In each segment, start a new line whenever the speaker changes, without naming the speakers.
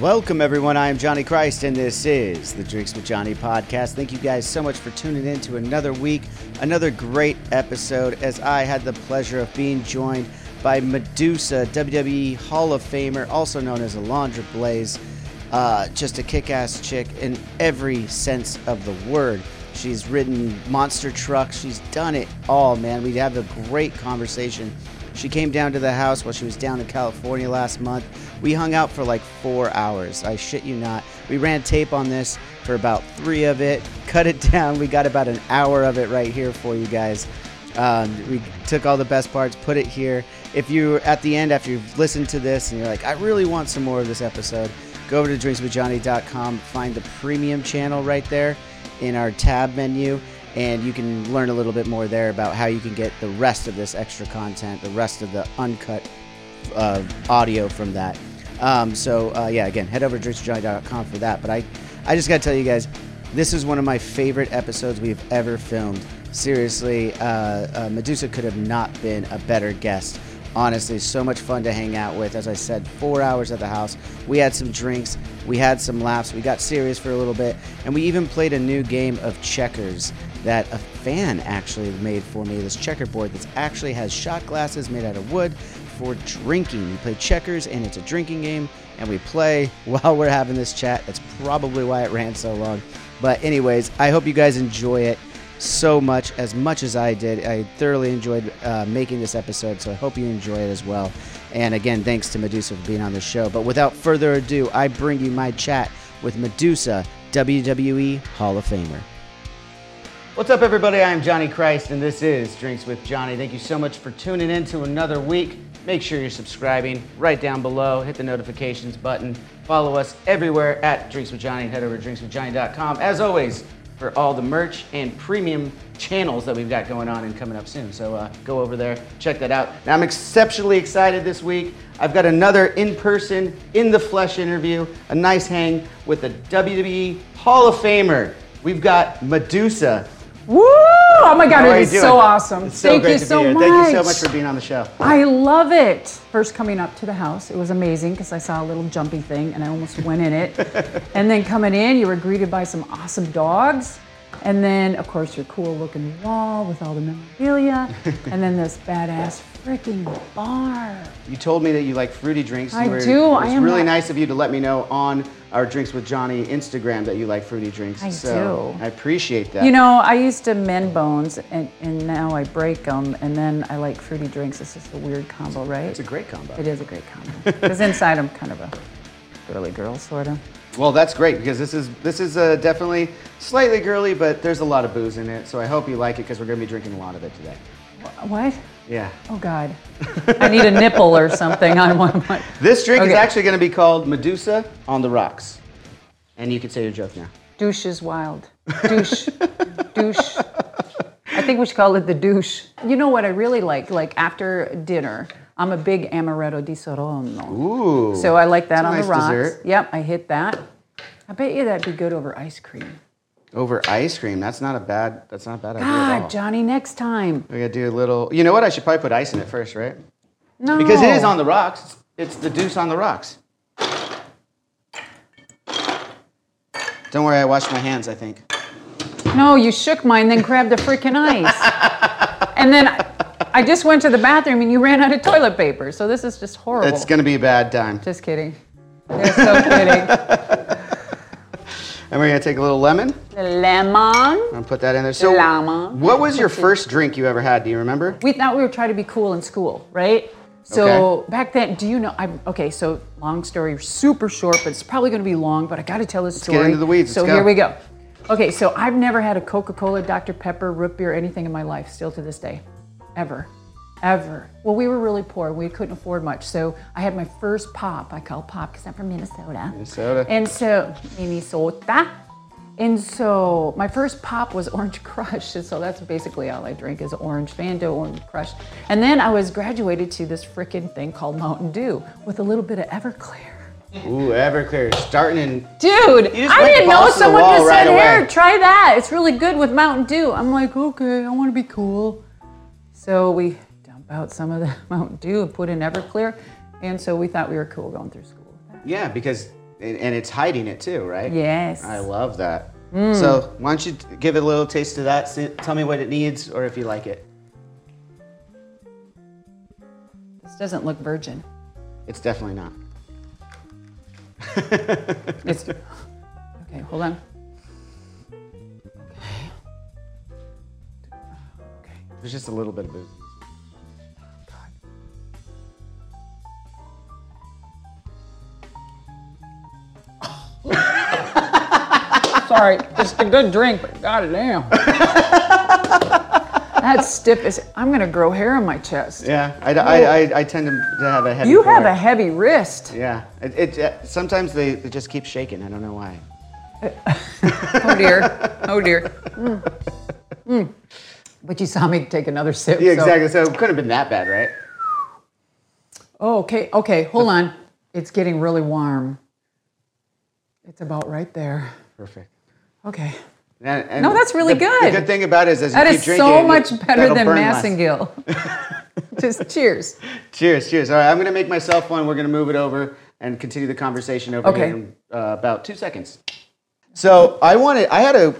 Welcome, everyone. I am Johnny Christ, and this is the Drinks with Johnny podcast. Thank you guys so much for tuning in to another week, another great episode. As I had the pleasure of being joined by Medusa, WWE Hall of Famer, also known as Alondra Blaze, uh, just a kick ass chick in every sense of the word. She's ridden monster trucks, she's done it all, man. We had a great conversation. She came down to the house while she was down in California last month. We hung out for like four hours. I shit you not. We ran tape on this for about three of it, cut it down. We got about an hour of it right here for you guys. Um, we took all the best parts, put it here. If you're at the end after you've listened to this and you're like, I really want some more of this episode, go over to drinkswithjohnny.com, find the premium channel right there in our tab menu and you can learn a little bit more there about how you can get the rest of this extra content, the rest of the uncut uh, audio from that. Um, so uh, yeah, again, head over to drinksjohnny.com for that. But I, I just gotta tell you guys, this is one of my favorite episodes we've ever filmed. Seriously, uh, Medusa could have not been a better guest. Honestly, so much fun to hang out with. As I said, four hours at the house. We had some drinks, we had some laughs, we got serious for a little bit, and we even played a new game of checkers that a fan actually made for me. This checkerboard that actually has shot glasses made out of wood for drinking. We play checkers, and it's a drinking game, and we play while we're having this chat. That's probably why it ran so long. But, anyways, I hope you guys enjoy it so much as much as I did. I thoroughly enjoyed uh, making this episode, so I hope you enjoy it as well. And again, thanks to Medusa for being on the show. But without further ado, I bring you my chat with Medusa, WWE Hall of Famer. What's up, everybody? I'm Johnny Christ, and this is Drinks with Johnny. Thank you so much for tuning in to another week. Make sure you're subscribing right down below. Hit the notifications button. Follow us everywhere at Drinks with Johnny. Head over to drinkswithjohnny.com. As always, for all the merch and premium channels that we've got going on and coming up soon. So uh, go over there, check that out. Now I'm exceptionally excited this week. I've got another in-person, in the flesh interview, a nice hang with the WWE Hall of Famer. We've got Medusa.
Woo! Oh my God,
How are
it is
you
so
doing?
awesome.
It's so
Thank
great
you
to
so
be here.
much.
Thank you so much for being on the show.
I love it. First coming up to the house, it was amazing because I saw a little jumpy thing and I almost went in it. and then coming in, you were greeted by some awesome dogs. And then, of course, your cool looking wall with all the memorabilia. and then this badass freaking bar.
You told me that you like fruity drinks.
I
You were-
do.
It was
I am
really
a-
nice of you to let me know on our Drinks with Johnny Instagram that you like fruity drinks.
I
so
do.
I appreciate that.
You know, I used to mend bones and, and now I break them. And then I like fruity drinks. It's just a weird combo, right?
it's a great combo.
It is a great combo. Because inside I'm kind of a girly girl, sort of.
Well, that's great because this is this is uh, definitely slightly girly, but there's a lot of booze in it. So I hope you like it because we're going to be drinking a lot of it today.
What?
Yeah.
Oh God. I need a nipple or something on one of my.
This drink is
Okay.
actually going to be called Medusa on the Rocks, and you can say your joke now.
Douche is wild. Douche. douche. I think we should call it the douche. You know what I really like? Like after dinner, I'm a big amaretto di Sorrento.
Ooh.
So I like that
It's a
on
nice
the rocks.
dessert.
Yep, I hit that. I bet you that'd be good over ice cream.
over ice cream. That's not a bad. That's not a bad idea at all.
God, Ah, Johnny, next time.
We got to do a little. You know what? I should probably put ice in it first, right?
No.
Because it is on the rocks. It's the deuce on the rocks. Don't worry, I washed my hands. I think.
No, you shook mine, then grabbed the freaking ice. and then I, I just went to the bathroom and you ran out of toilet paper. So this is just horrible.
It's gonna be a bad time.
Just kidding. They're so pretty.
And we're gonna take a little lemon
The lemon.
and put that in there. So,
Llama.
what was your first drink you ever had? Do you remember?
We thought we were trying to be cool in school, right? So
Okay.
back then, do you know? I'm okay. So long story, super short, but it's probably going to be long. But I got to tell this
get
story.
into the weeds,
So
let's go.
here we go. Okay, so I've never had a Coca-Cola, Dr. Pepper, root beer, anything in my life. Still to this day, ever, ever. Well, we were really poor. We couldn't afford much. So I had my first pop. I call pop because I'm from Minnesota.
Minnesota.
And so Minnesota. And so my first pop was Orange Crush. And so that's basically all I drink is Orange Fanta, Orange Crush. And then I was graduated to this freaking thing called Mountain Dew with a little bit of Everclear.
Ooh, Everclear, starting in.
Dude,
You just
I
went
didn't know
balls to the
someone
wall
just
right
said, here,
away."
try that. It's really good with Mountain Dew. I'm like, okay, I want to be cool. So we dump out some of the Mountain Dew and put in Everclear. And so we thought we were cool going through school. with that.
Yeah, because and, and it's hiding it too, right?
Yes.
I love that.
Mm.
So, why don't you t- give it a little taste of that? See, tell me what it needs or if you like it.
This doesn't look virgin.
It's definitely not.
It's okay. Hold on. Okay.
There's just a little bit of booze.
Okay. Sorry, it's a good drink, but goddamn. That's stiff as I'm gonna grow hair on my chest.
Yeah, I, I, I, I tend to, to have a heavy.
You have
pour.
a heavy wrist.
Yeah, it, it, uh, sometimes they, they just keep shaking. I don't know why.
Oh dear. Oh dear. Mm. Mm. But you saw me take another sip.
Yeah,
so-
exactly. So, it couldn't have been that bad, right?
Oh, okay. Okay. Hold on. It's getting really warm. It's about right there.
Perfect.
Okay.
And- and
No, that's really
the- The
good.
good thing about it is, as
That
you keep
is
drinking,
so
it-
much better
that'll
than
burn less.
Massengill. Just cheers.
Cheers, cheers. All right, I'm going to make myself one. We're going to move it over and continue the conversation over
Okay.
here in uh, about two seconds. So I wanted, I had a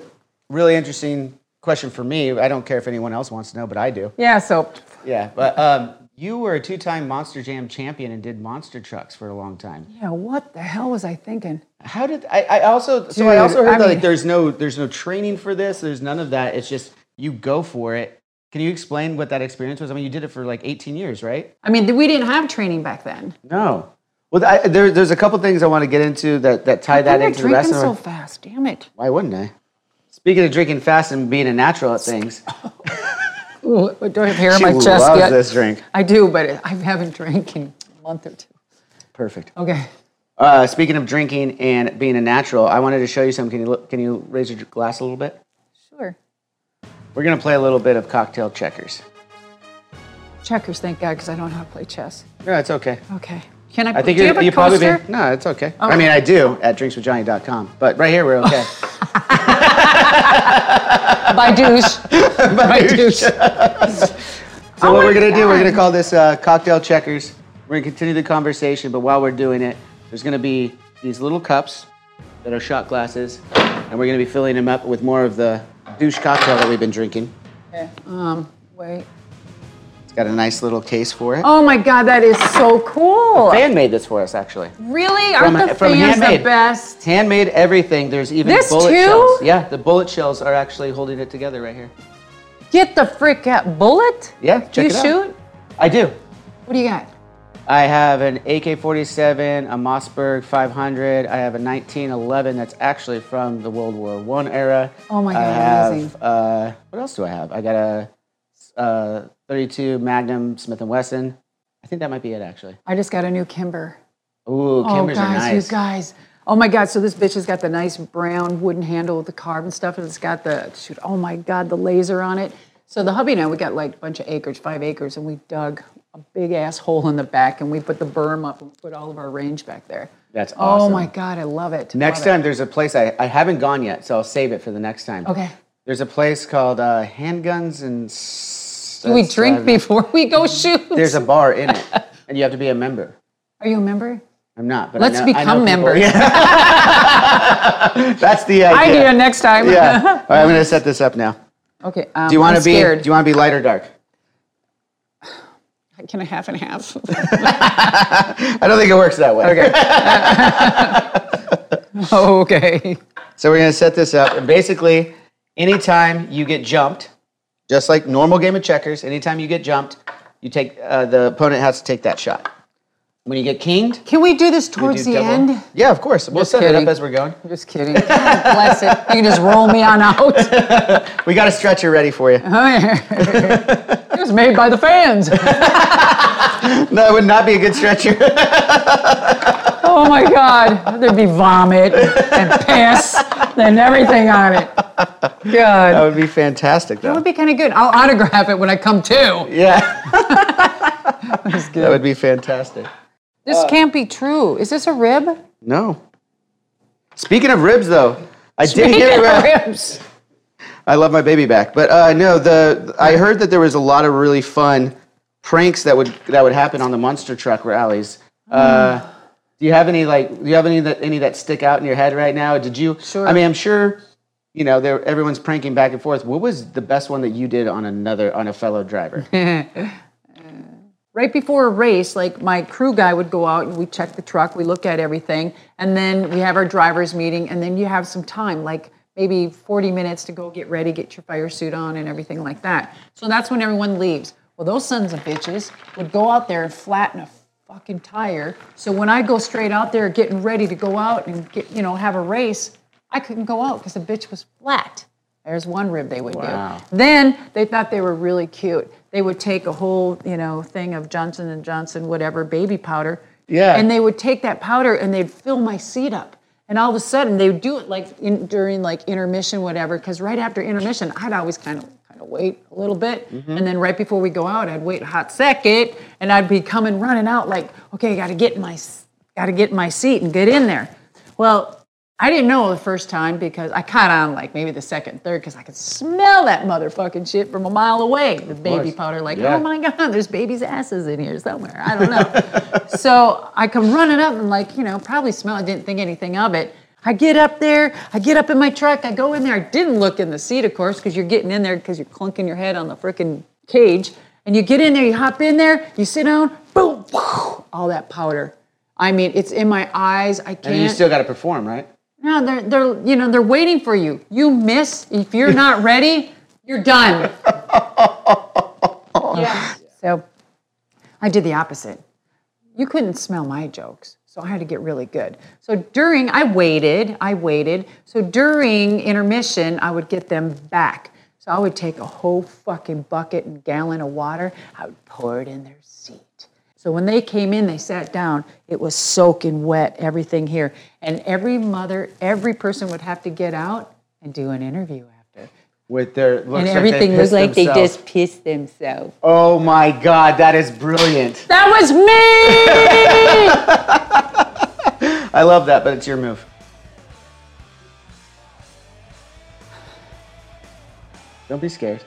really interesting question for me. I don't care if anyone else wants to know, but I do.
Yeah, so
Yeah, but um, you were a two-time Monster Jam champion and did monster trucks for a long time.
yeah, what the hell was I thinking?
How did I, I also? so I
Dude,
also heard
I
that
mean-
like there's no there's no training for this. There's none of that. It's just you go for it. Can you explain what that experience was? I mean, you did it for like 18 years, right?
I mean, we didn't have training back then.
No. Well, I, there, there's a couple things I want to get into that that tie
Why
that
am I
into the rest.
drinking
of
so
it.
fast? Damn it.
Why wouldn't I? Speaking of drinking fast and being a natural at things,
Ooh, I don't have hair on
She
my chest
loves
yet.
this drink.
I do, but I haven't drank in a month or two.
perfect.
Okay.
Uh, speaking of drinking and being a natural, I wanted to show you something. Can you look, can you raise your glass a little bit?
Sure.
We're gonna play a little bit of cocktail checkers.
Checkers, thank God, because I don't know how to play chess.
No, it's okay.
Okay. Can I,
I think
do you
you're,
have a
you probably be,
coaster?
no, it's okay. I mean, I do at drinkswithjohnny.com, but right here we're okay.
By douche. By douche.
so
Oh
what we're
my
gonna do? We're
God.
gonna call this uh, cocktail checkers. We're gonna continue the conversation, but while we're doing it, there's gonna be these little cups that are shot glasses, and we're gonna be filling them up with more of the douche cocktail that we've been drinking.
Okay. Um, wait.
It's got a nice little case for it.
Oh my God, that is so cool.
Fan made this for us, actually.
Really? Aren't the fans the best?
Handmade everything. There's even
This
bullet
too?
shells. Yeah, the bullet shells are actually holding it together right here.
Get the frick out. Bullet?
Yeah,
Do
check
you
it out.
shoot?
I do.
What do you got?
I have an AK-47, a Mossberg 500. I have a 1911 that's actually from the World War One era.
Oh my God,
I have,
amazing.
Uh, what else do I have? I got a, uh 32 Magnum Smith & Wesson. I think that might be it, actually.
I just got a new Kimber.
Ooh, Kimbers
oh, guys,
are nice.
you guys. Oh my God, so this bitch has got the nice brown wooden handle with the carb and stuff, and it's got the, shoot, oh my God, the laser on it. So the hubby and I, we got like a bunch of acres, five acres, and we dug a big ass hole in the back, and we put the berm up and we put all of our range back there.
That's
Oh
awesome.
my God, I love it.
Next
Love it.
time, there's a place I, I haven't gone yet, so I'll save it for the next time.
Okay.
There's a place called uh, Handguns and... S-
Do we
that's-
drink
uh,
before we go shoot?
There's a bar in it, and you have to be a member.
Are you a member?
I'm not, but
Let's
I know, I know
become
people-
members.
That's the idea.
I do it next time.
Yeah. All right, I'm gonna set this up now.
Okay. Um,
Do you want
I'm
to be?
scared.
Do you want to be light or dark?
I
Can I half and half?
I don't think it works that way. Okay.
Okay.
So we're gonna set this up, and basically, anytime you get jumped, just like normal game of checkers, anytime you get jumped, you take uh, the opponent has to take that shot. When you get kinged,
Can we do this
you
towards
do
the
double-
end?
Yeah, of course. We'll set it
kidding.
up as we're going.
I'm just kidding. God bless it. You can just roll me on out. Oh,
We got a stretcher ready for you.
yeah. it was made by the fans.
No, it would not be a good stretcher.
Oh my God. There'd be vomit and piss and everything on it.
that
God.
would be fantastic,
That
though.
would be kind of good. I'll autograph it when I come to.
Yeah. That would be fantastic.
This can't be true. Is this a rib?
No. Speaking of ribs, though, I did get a rib.
ribs.
I love my baby back, but uh, no, the I heard that there was a lot of really fun pranks that would that would happen on the monster truck rallies. Uh, do you have any like do you have any that any that stick out in your head right now? Did you?
Sure.
I mean, I'm sure. You know, there everyone's pranking back and forth. What was the best one that you did on another on a fellow driver?
right before a race, like my crew guy would go out and we check the truck, we look at everything, and then we have our drivers meeting, and then you have some time, like maybe 40 minutes to go get ready, get your fire suit on, and everything like that. So that's when everyone leaves. Well, those sons of bitches would go out there and flatten a fucking tire. So when I go straight out there getting ready to go out and get, you know, have a race, I couldn't go out because the bitch was flat. There's one rib they would do. Then they thought they were really cute. They would take a whole, you know, thing of Johnson and Johnson, whatever baby powder.
Yeah.
And they would take that powder and they'd fill my seat up. And all of a sudden they would do it like in, during like intermission, whatever. Because right after intermission, I'd always kind of kind of wait a little bit,
Mm-hmm.
and then right before we go out, I'd wait a hot second, and I'd be coming running out like, okay, got to get in my got to get in my seat and get in there. Well, I didn't know the first time because I caught on like maybe the second, third, because I could smell that motherfucking shit from a mile away. The baby
course.
powder, like,
Yeah.
oh my god, there's babies' asses in here somewhere. I don't know. so I come running up and like, you know, probably smell. I didn't think anything of it. I get up there, I get up in my truck, I go in there. I didn't look in the seat, of course, because you're getting in there because you're clunking your head on the freaking cage. And you get in there, you hop in there, you sit down, boom, all that powder. I mean, it's in my eyes. I can't.
And you still got to perform, right?
No, they're they're you know they're waiting for you. You miss if you're not ready, you're done. yeah. So I did the opposite. You couldn't smell my jokes, so I had to get really good. So during I waited, I waited. So during intermission, I would get them back. So I would take a whole fucking bucket and gallon of water. I would pour it in their seat. So when they came in, they sat down. It was soaking wet, everything here. And every mother, every person would have to get out and do an interview after.
With their looks
And
like
everything
they
was
pissed
like they
themselves.
just pissed themselves.
Oh my God, that is brilliant!
That was me!
I love that, but it's your move. Don't be scared.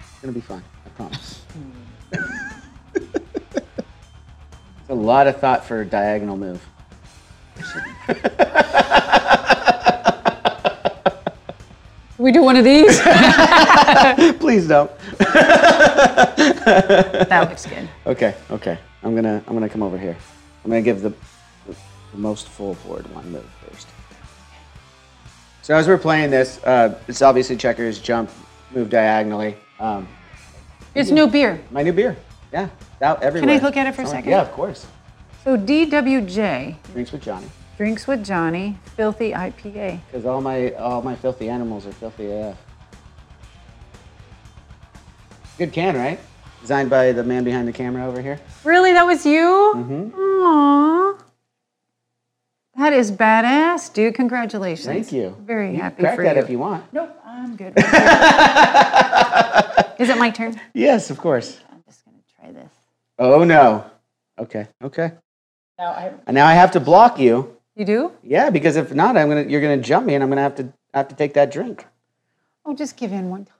It's gonna be fine. I promise. it's a lot of thought for a diagonal move.
we do one of these?
Please don't.
that looks good.
Okay, okay. I'm gonna I'm gonna come over here. I'm gonna give the the most full board one move first. So as we're playing this, uh, it's obviously checkers, jump, move diagonally. Um,
It's new beer.
My new beer. Yeah, it's out everywhere.
look at it for a
It's on-
second?
Yeah, of course.
So DWJ,
Drinks with Johnny.
Drinks with Johnny, Filthy IPA.
Because all my all my filthy animals are filthy AF. Good can, right? Designed by the man behind the camera over here.
Really, that was you? Mm-hmm. Aww. That is badass, dude. Congratulations.
Thank you.
Very
You can
happy
crack
for
that
you.
if you want.
Nope, I'm good. is it my turn?
Yes, of course.
I'm just gonna try this.
Oh no. Okay. Okay.
Now I.
And now I have to block you.
You do?
Yeah, because if not, I'm gonna you're gonna jump me, and I'm gonna have to have to take that drink.
Oh, just give in one time.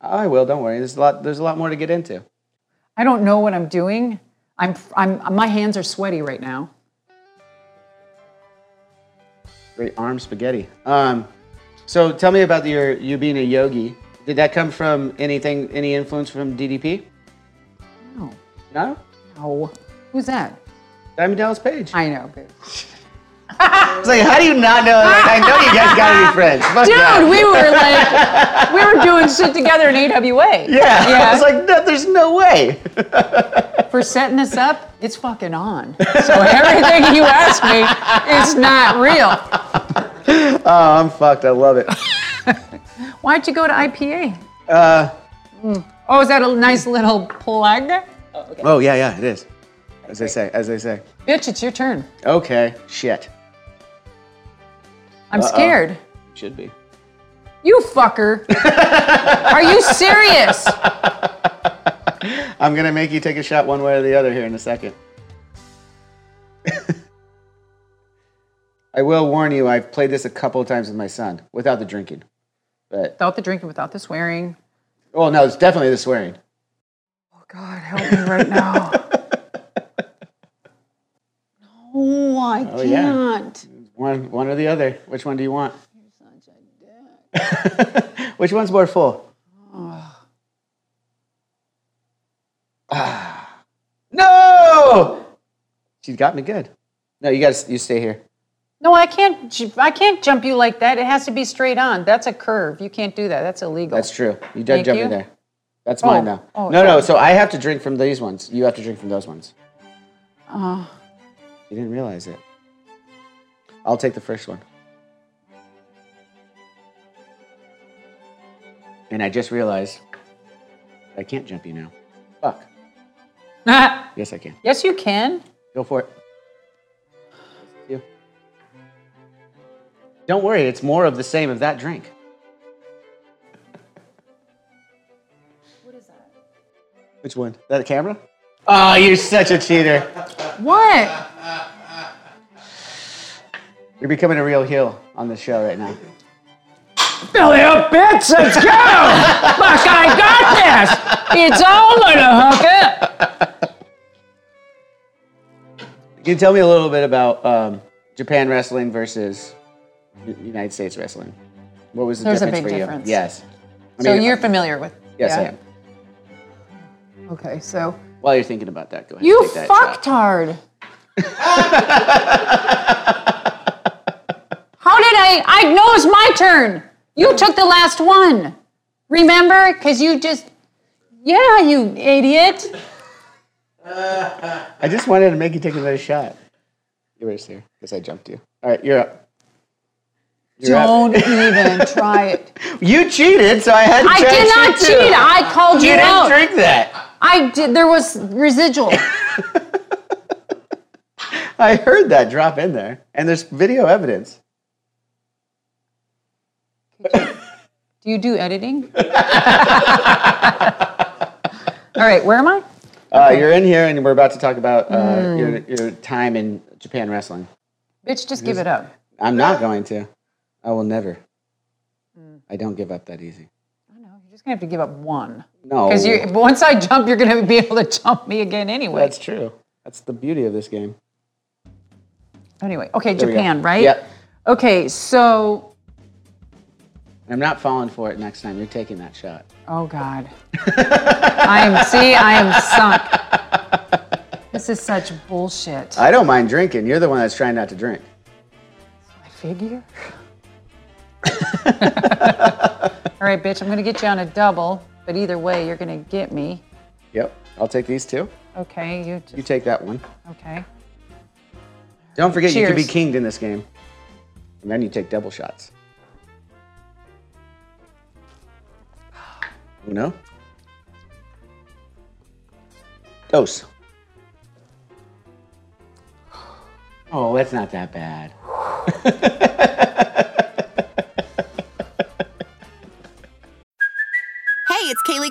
I will. Don't worry. There's a lot. There's a lot more to get into.
I don't know what I'm doing. I'm. I'm. My hands are sweaty right now.
Great arm spaghetti. Um, so tell me about your you being a yogi. Did that come from anything? Any influence from DDP?
No.
No?
No. Who's that?
Diamond Dallas Page. I
I know, but
was like, how do you not know? Like, I know you guys gotta be friends. Fuck that.
Dude, we were like, we were doing shit together in AWA.
Yeah.
Yeah.
I was like, no, there's no way.
For setting this up, it's fucking on. So everything you ask me is not real.
Oh, I'm fucked. I love it.
Why'd you go to IPA? Uh. Oh, is that a nice little plug?
Oh yeah, yeah, it is. As they say, as they say.
Bitch, it's your turn.
Okay, shit.
I'm scared.
Should be.
You fucker. Are you serious?
I'm gonna make you take a shot one way or the other here in a second. I will warn you, I've played this a couple of times with my son without the drinking. But
Without the drinking, without the swearing.
oh no, it's definitely the swearing.
Oh, God, help me right now. No, I
Oh, yeah.
can't.
One one or the other. Which one do you want? Which one's more full? Ah. no! She's got me good. No, you gotta you stay here.
No, I can't. ju- I can't jump you like that. It has to be straight on. That's a curve. You can't do that. That's illegal.
That's true. You did
Thank
jump
you.
in there. That's mine now.
Oh,
no, no.
sorry.
So I have to drink from these ones. You have to drink from those ones. You didn't realize it. I'll take the first one. And I just realized I can't jump you now. Fuck. Yes, I can.
Ah. yes, you can.
Go for it. You. Don't worry. It's more of the same of that drink. Which one? Is that a camera? Oh, you're such a cheater.
What?
You're becoming a real heel on this show right now.
Billy up, bitch. Let's go. Look, I got this. It's over to hook up.
Can you tell me a little bit about um, Japan wrestling versus U- United States wrestling? What was the
There's a
difference
big
for
difference.
you? Yes. I
So
mean,
you're
uh,
familiar with?
Yes, I
yeah?
am.
Okay, so
While you're thinking about that, go ahead.
you
and take that
fucked
shot.
hard. How did I? I know it's my turn. You took the last one. Remember? Because you just. Yeah, you idiot.
I just wanted to make you take another shot. You were just here because I jumped you. All right, you're up. You're up.
Don't even try it.
You cheated, so I had to
I
try
did
to
not
too.
cheat. I called you,
You didn't
out.
drink that.
I did. There was residual.
I heard that drop in there, and there's video evidence.
Do you do editing? All right, where am I?
Uh, you're in here, and we're about to talk about uh,
Hmm.
your, your time in Japan wrestling.
Bitch, just give it up.
I'm not going to. I will never.
Hmm.
I don't give up that easy.
I know. You're just gonna have to give up one.
No,
Because you once I jump, you're gonna be able to jump me again anyway.
Oh. that's true. That's the beauty of this game.
anyway, okay,
There we go.
Japan, right?
Yep.
Okay, so
I'm not falling for it next time. You're taking that shot.
oh god, I am. See, I am sunk. This is such bullshit.
I don't mind drinking. You're the one that's trying not to drink.
I figure. All right, bitch, I'm gonna get you on a double, but either way, you're gonna get me.
Yep. I'll take these two.
Okay, you
You
just
take that one.
okay.
Don't forget you can be
Cheers.
kinged in this game. And then you take double shots. Uno. Dos. Oh, that's not that bad.
Hey, it's Kaylee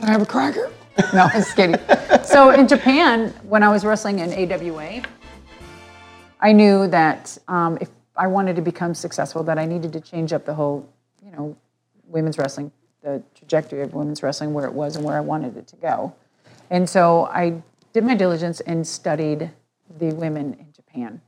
I have a cracker. No, I'm just kidding. so in Japan, when I was wrestling in AWA, I knew that um, if I wanted to become successful, that I needed to change up the whole, you know, women's wrestling, the trajectory of women's wrestling, where it was and where I wanted it to go. And so I did my diligence and studied the women in Japan.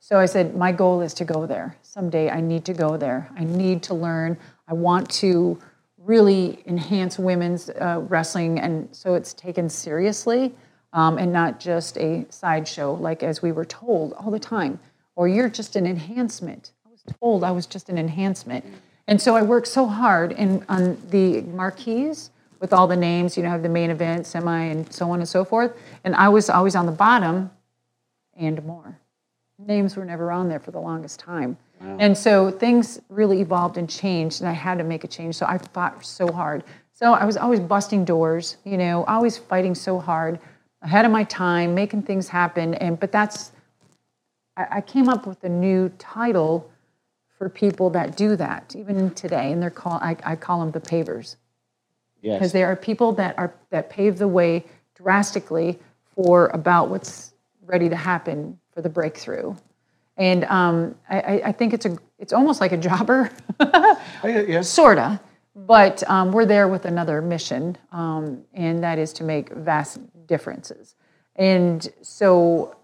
So I said, my goal is to go there. Someday I need to go there. I need to learn. I want to really enhance women's uh, wrestling. And so it's taken seriously um, and not just a sideshow, like as we were told all the time, or you're just an enhancement. I was told I was just an enhancement. And so I worked so hard in, on the marquees with all the names, you know, have the main event, semi, and so on and so forth. And I was always on the bottom and more names were never on there for the longest time. And so things really evolved and changed, and I had to make a change. So I fought so hard. So I was always busting doors, you know, always fighting so hard, ahead of my time, making things happen. And but that's, I, I came up with a new title for people that do that, even today, and they're called I, I call them the pavers because
Yes.
there are people that are that pave the way drastically for about what's ready to happen for the breakthrough. And um, I, I- I think it's a it's almost like a jobber, sorta. But um, we're there with another mission, um, and that is to make vast differences. And so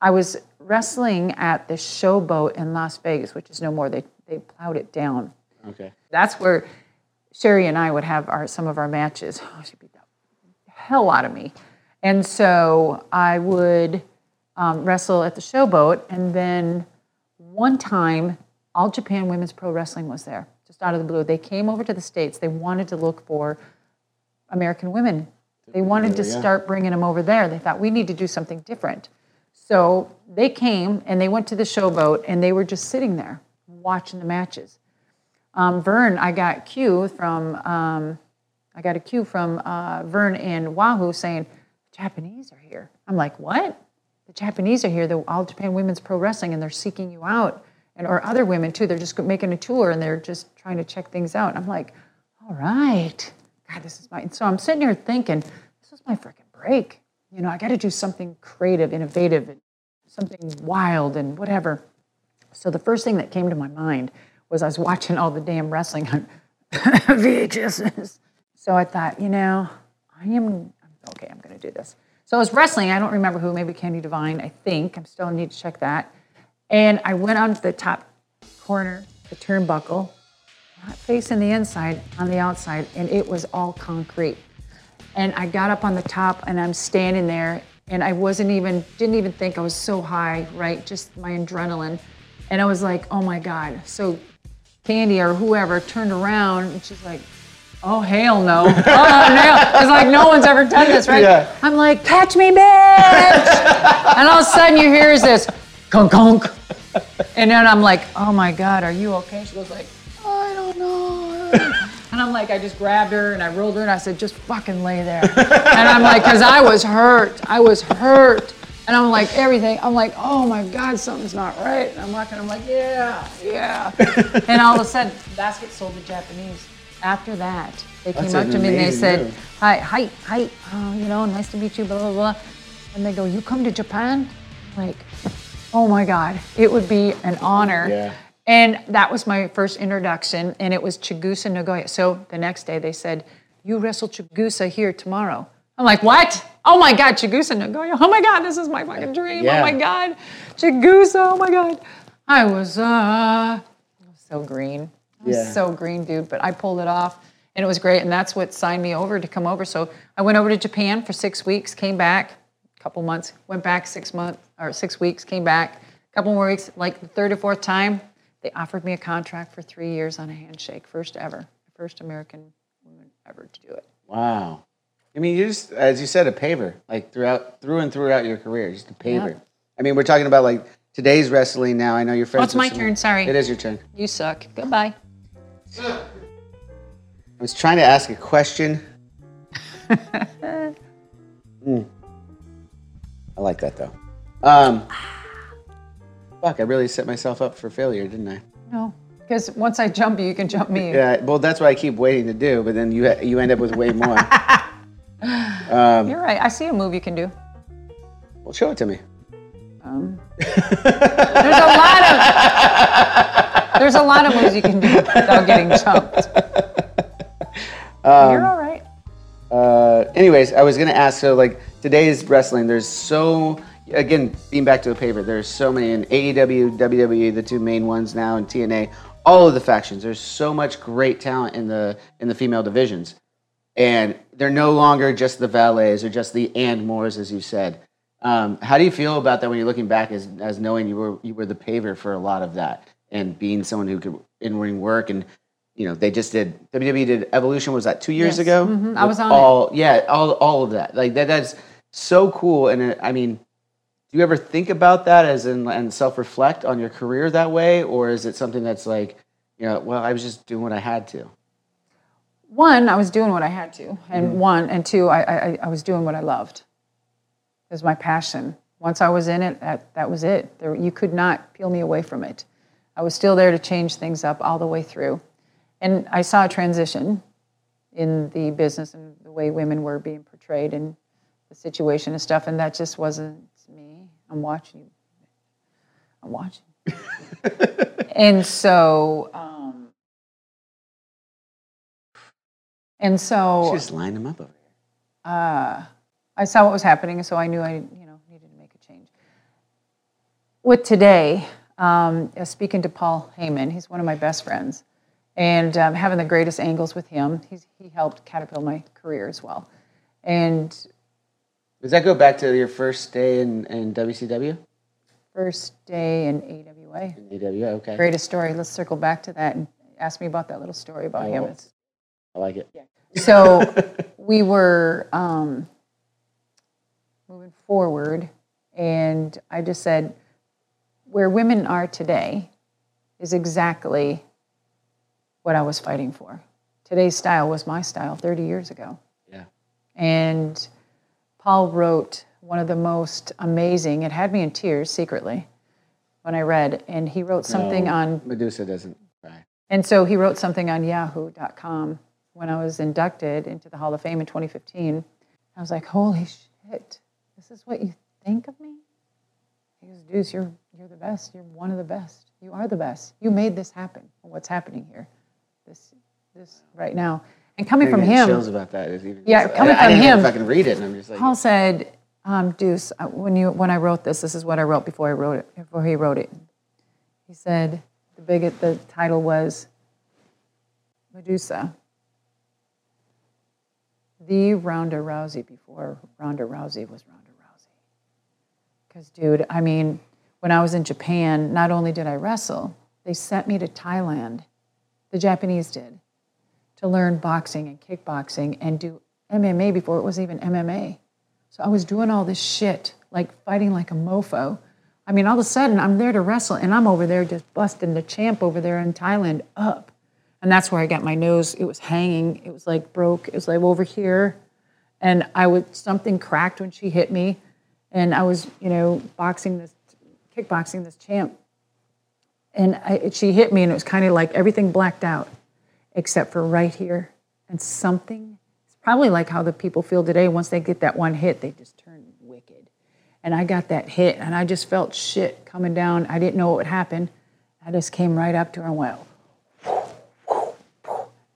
I was wrestling at the showboat in Las Vegas, which is no more. They they plowed it down.
Okay.
That's where Sherry and I would have our some of our matches. Oh, she beat the hell out of me, and so I would um, wrestle at the Showboat, and then one time, All Japan Women's Pro Wrestling was there, just out of the blue. They came over to the states. They wanted to look for American women. They wanted to start bringing them over there. They thought we need to do something different. So they came and they went to the showboat and they were just sitting there watching the matches. Um, Vern, I got Q from um, I got a cue from uh, Vern in Wahoo saying, the Japanese are here. I'm like, what? The Japanese are here, the All Japan Women's Pro Wrestling, and they're seeking you out. And or other women too. They're just making a tour and they're just trying to check things out. And I'm like, all right. God, this is my and so I'm sitting here thinking, this is my freaking break. You know, I gotta do something creative, innovative, and something wild and whatever. So the first thing that came to my mind was I was watching all the damn wrestling on VHSs. So I thought, you know, I am okay. I'm going to do this. So I was wrestling. I don't remember who. Maybe Candy Divine. I think. I'm still need to check that. And I went onto the top corner, the turnbuckle, not facing the inside, on the outside, and it was all concrete. And I got up on the top, and I'm standing there, and I wasn't even didn't even think I was so high, right? Just my adrenaline. And I was like, oh my god. So Candy or whoever turned around, and she's like. Oh hell no! Oh no! It's like no one's ever done this, right?
Yeah.
I'm like, catch me, bitch! and all of a sudden, you hear is this, conk conk, and then I'm like, oh my god, are you okay? She goes like, I don't know. and I'm like, I just grabbed her and I rolled her and I said, just fucking lay there. and I'm like, because I was hurt. I was hurt. And I'm like, everything. I'm like, oh my God, something's not right. And I'm walking, I'm like, yeah, yeah. and all of a sudden, that's what sold the Japanese. After that, they came
That's
up
an
to me and they
amazing
said,
move.
hi, hi, hi, oh, you know, nice to meet you, blah, blah, blah. And they go, you come to Japan? Like, oh my God, it would be an honor.
Yeah.
And that was my first introduction, and it was Chigusa Nagoya. So the next day they said, You wrestle Chigusa here tomorrow. I'm like, What? Oh my God, Chigusa Nagoya. Oh my God, this is my fucking dream.
Yeah.
Oh my God, Chigusa. Oh my God. I was, uh, I was so green. I was
Yeah.
so green, dude, but I pulled it off. And it was great, and that's what signed me over to come over. So I went over to Japan for six weeks, came back, couple months, went back six months or six weeks, came back, couple more weeks, like the third or fourth time, they offered me a contract for three years on a handshake, first ever, first American woman ever to do it.
Wow. I mean, you just, as you said, a paver, like throughout, through and throughout your career, just a paver.
Yeah.
I mean, we're talking about like today's wrestling now. I know your friends.
Oh, it's my turn, sorry.
It is your turn.
You suck. Goodbye.
I was trying to ask a question. Mm. I like that though. Um, fuck, I really set myself up for failure, didn't I?
No, because once I jump you, you can jump me.
Yeah. Well, that's what I keep waiting to do, but then you you end up with way more. Um,
You're right. I see a move you can do.
well, show it to me.
Um,
There's a lot of there's a lot of moves you can do without getting jumped. You're all right.
Uh, anyways, I was gonna ask. So like today's wrestling, there's so again being back to the paper. There's so many E in AEW, WWE, the two main ones now, and TNA. All of the factions. There's so much great talent in the in the female divisions, and they're no longer just the valets or just the and mores, as you said. Um, how do you feel about that when you're looking back as as knowing you were you were the paver for a lot of that and being someone who could in ring work and you know they just did WWE did Evolution was that two years ago?
mhm. I
With
was on it.
all yeah all all of that like that that's so cool and it, I mean. Do you ever think about that as in and self reflect on your career that way, or is it something that's like, you know, well, I was just doing what I had to.
one, I was doing what I had to, and one, and two, I, I, I- I was doing what I loved. It was my passion. Once I was in it, that, that was it. There, you could not peel me away from it. I was still there to change things up all the way through. And I saw a transition in the business and the way women were being portrayed and the situation and stuff, and that just wasn't me. I'm watching you. I'm watching. and so, um, and so
She just lined them up over here.
uh, I saw what was happening, so I knew I you know needed to make a change. With today, um, uh, speaking to Paul Heyman, he's one of my best friends, and um, having the greatest angles with him. He's, he helped catapult my career as well, and
Does that go back to your first day in, in WCW?
first day in AWA.
AW, okay.
Greatest story. Let's circle back to that and ask me about that little story about him. It's
I like it.
so we were um, moving forward, and I just said, where women are today is exactly what I was fighting for. Today's style was my style 30 years ago.
Yeah.
And Paul wrote one of the most amazing, it had me in tears secretly when I read, and he wrote something
No,
on
Medusa doesn't cry.
and so he wrote something on yahoo.com when I was inducted into the Hall of Fame in 2015. I was like, holy shit, this is what you think of me? He goes, Deuce, you're, you're the best. You're one of the best. You are the best. You made this happen. What's happening here? This, this right now. And coming
I'm
from
getting
him,
Chills about that. It's even-
Yeah, coming
I, I
from
didn't know
him.
if I can read it, and I'm just like,
Paul said, um, "Deuce, uh, when you when I wrote this, this is what I wrote before I wrote it. Before he wrote it, he said the big the title was Medusa, the Ronda Rousey before Ronda Rousey was Ronda Rousey. Because, dude, I mean, when I was in Japan, not only did I wrestle, they sent me to Thailand. The Japanese did." to learn boxing and kickboxing and do MMA before it was even MMA. So I was doing all this shit, like fighting like a mofo. I mean, all of a sudden I'm there to wrestle and I'm over there just busting the champ over there in Thailand up. And that's where I got my nose. It was hanging. It was like broke. It was like over here. And I was, something cracked when she hit me. And I was, you know, boxing this, kickboxing this champ. And I, she hit me and it was kind of like everything blacked out except for right here and something. It's probably like how the people feel today. Once they get that one hit, they just turn wicked. And I got that hit, and I just felt shit coming down. I didn't know what would happen. I just came right up to her and went,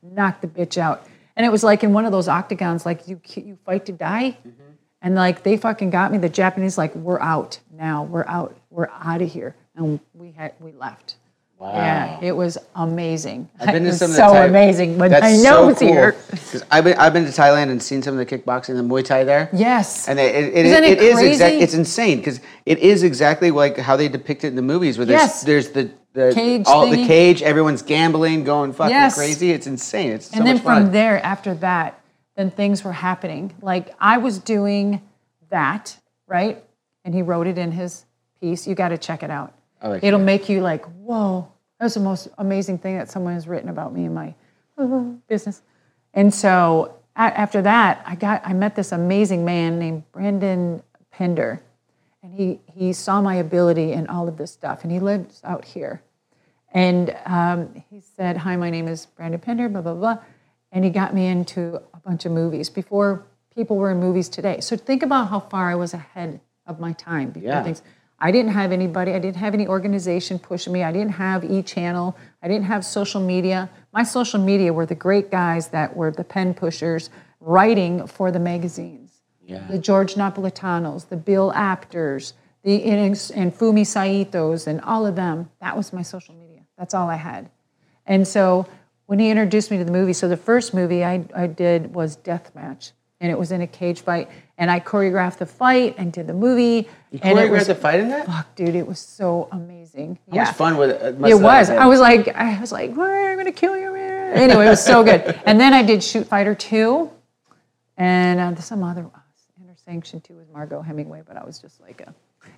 knocked the bitch out. And it was like in one of those octagons, like you you fight to die,
Mm-hmm.
and like they fucking got me. The Japanese like we're out now, we're out, we're out of here, and we had we left. Wow. Yeah, it was amazing.
I've been
It
to
was
some of
so
the Thai-
amazing when
That's
I know
so
it's here.
Because I've been I've been to Thailand and seen some of the kickboxing, the Muay Thai there.
Yes.
And it, it, it,
Isn't it
it is exactly
crazy?
it's insane because it is exactly like how they depict it in the movies where there's
Yes.
there's the, the
Cage
all the
thingy.
cage, everyone's gambling, going fucking
Yes.
crazy. It's insane. It's so
and then
much fun.
from there, after that, then things were happening. Like I was doing that, right? And he wrote it in his piece. You got to check it out.
I
It'll make you like, whoa, that was the most amazing thing that someone has written about me in my business. And so a- after that, I got I met this amazing man named Brandon Pender, and he he saw my ability in all of this stuff, and he lives out here. And um, he said, "Hi, my name is Brandon Pender." Blah blah blah, and he got me into a bunch of movies before people were in movies today. So think about how far I was ahead of my time before
Yeah.
things. I didn't have anybody, I didn't have any organization pushing me. I didn't have e channel. I didn't have social media. My social media were the great guys that were the pen pushers writing for the magazines. The George Napolitanos, the Bill Apters, the and, and Fumi Saitos, and all of them. That was my social media. That's all I had. And so when he introduced me to the movie, so the first movie I, I did was Deathmatch, and it was in a cage fight, and I choreographed the fight and did the movie. You and it
choreographed
was,
the fight in that?
Fuck, dude, it was so amazing.
How much fun was it? must uh,
It
that have
was.
been?
I was like, I was like, "Wah, I'm gonna kill you. man." Anyway, it was so good. And then I did Shoot Fighter Two, and uh, some other Inner Sanction Two with Margot Hemingway, but I was just like a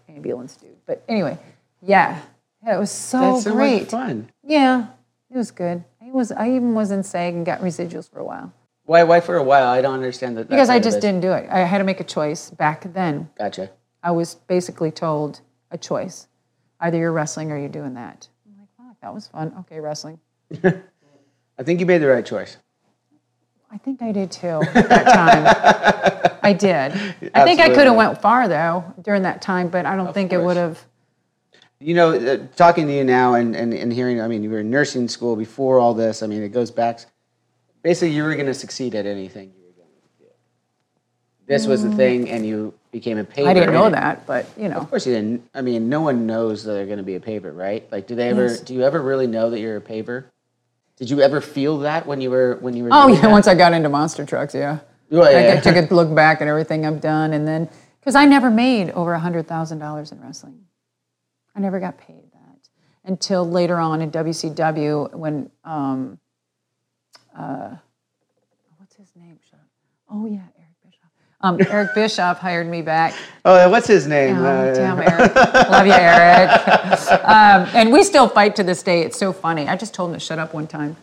ambulance dude. But anyway, yeah, Yeah, it was so
That's so
great.
much fun.
Yeah, it was good. I was I even was in SAG and got residuals for a while
Why? Why for a while? I don't understand that. that
because I
part of
just
it.
didn't do it. I had to make a choice back then.
Gotcha.
I was basically told a choice: either you're wrestling or you're doing that. I'm like, wow, that was fun. Okay, wrestling.
I think you made the right choice.
I think I did too at that time. I did. I think I could
Absolutely.
have went far though during that time, but I don't think it
course.
would have.
You know, uh, talking to you now and, and, and hearing, I mean, you were in nursing school before all this. I mean, it goes back. Basically, you were going to succeed at anything you were going to do. This was the thing, and you became a paper.
Mm. I didn't know
and-
that, but you know,
Of course, you didn't. I mean, no one knows that they're going to be a paper, right? Like, do they ever? Do you ever really know that you're a paper? Did you ever feel that when you were when you were?
Oh
doing
yeah,
that?
once I got into monster trucks, yeah.
Well, yeah.
I get- took a look back at everything I've done, and then because I never made over a hundred thousand dollars in wrestling, I never got paid that until later on in WCW when um, uh, what's his name? Shut up. Oh yeah, Eric Bischoff. Um, Eric Bischoff hired me back.
Oh, what's his name?
Oh,
Uh,
damn, Eric. Love you, Eric. Um, and we still fight to this day. It's so funny. I just told him to shut up one time.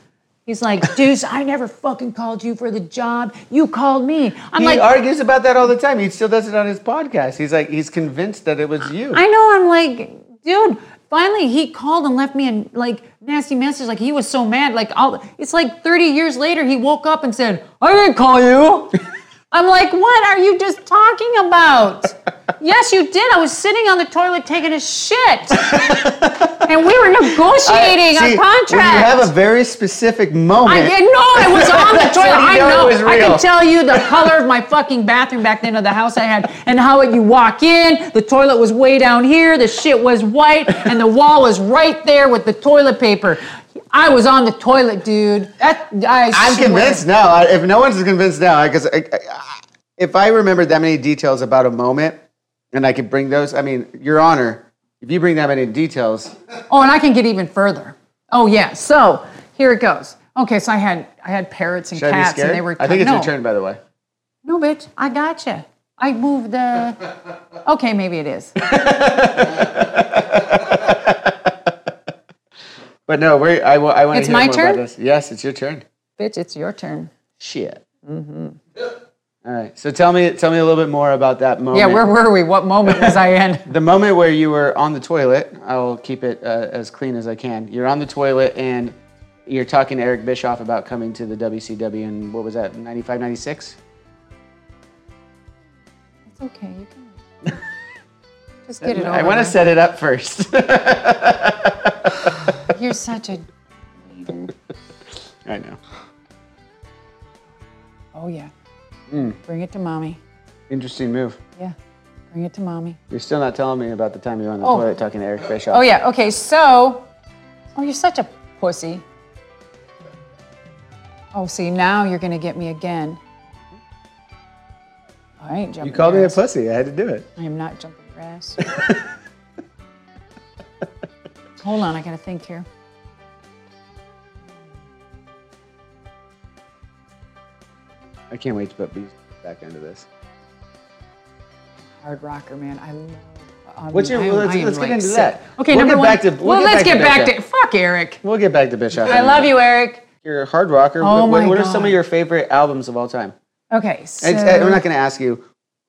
He's like, Deuce, I never fucking called you for the job. You called me. I'm
he
like,
argues about that all the time. He still does it on his podcast. He's like, he's convinced that it was you.
I know. I'm like, dude. Finally, he called and left me a like nasty message. Like he was so mad. Like all, it's like 30 years later, he woke up and said, "I didn't call you." I'm like, what are you just talking about? yes, you did. I was sitting on the toilet taking a shit, and we were negotiating
See,
a
when
contract.
you have a very specific
I
moment.
didn't know it was on the
That's when
toilet.
you
I
know it
know.
was
I
real.
can tell you the color of my fucking bathroom back then of the house I had, and how it, you walk in, the toilet was way down here, the shit was white, and the wall was right there with the toilet paper. I was on the toilet, dude. That I.
I'm
swear.
convinced now. I- If no one's convinced now, because I, I, I- if I remembered that many details about a moment, and I could bring those, I mean, Your Honor, if you bring that many details,
Oh, and I can get even further. Oh yeah. So here it goes. Okay, so I had I had parrots and
should I be
cats,
scared?
and they were.
I think it's
no.
your turn, by the way.
No, bitch, I gotcha. I moved the. Okay, maybe it is.
But no, we're, I, wa- I want
It's
to hear
my
more
turn?
about this. Yes, it's your turn.
bitch, it's your turn.
Shit. All right. So tell me, tell me a little bit more about that moment.
Yeah, where were we? What moment was I in?
The moment where you were on the toilet, I'll keep it uh, as clean as I can. You're on the toilet and you're talking to Eric Bischoff about coming to the WCW and what was that, 95, 96?
It's okay, you can. Just get it over.
I want to
with.
set it up first.
You're such a.
I know.
Oh yeah. Bring it to mommy.
Interesting move.
Yeah. Bring it to mommy.
You're still not telling me about the time you were on the
Oh.
toilet talking to Eric Bischoff.
Oh yeah. Okay, so. Oh, you're such a pussy. Oh, see, now you're gonna get me again. I ain't jumping.
You called
your
me a
ass.
pussy. I had to do it.
I am not jumping your ass. Hold on, I gotta think here.
I can't wait to put these back into this.
Hard rocker, man. I love. I
What's your-
mean, I am-
well, let's-
I am,
let's get
like,
into
sick.
that.
Okay,
We'll
number
get
one.
back to- we'll
well,
get
let's
back to
get back
Bishop.
to. Fuck Eric.
We'll get back to Bischoff.
I love you, Eric.
You're a hard rocker.
Oh
what what-
my
what are some
God.
of your favorite albums of all time?
Okay, so
It's, I'm not going to ask you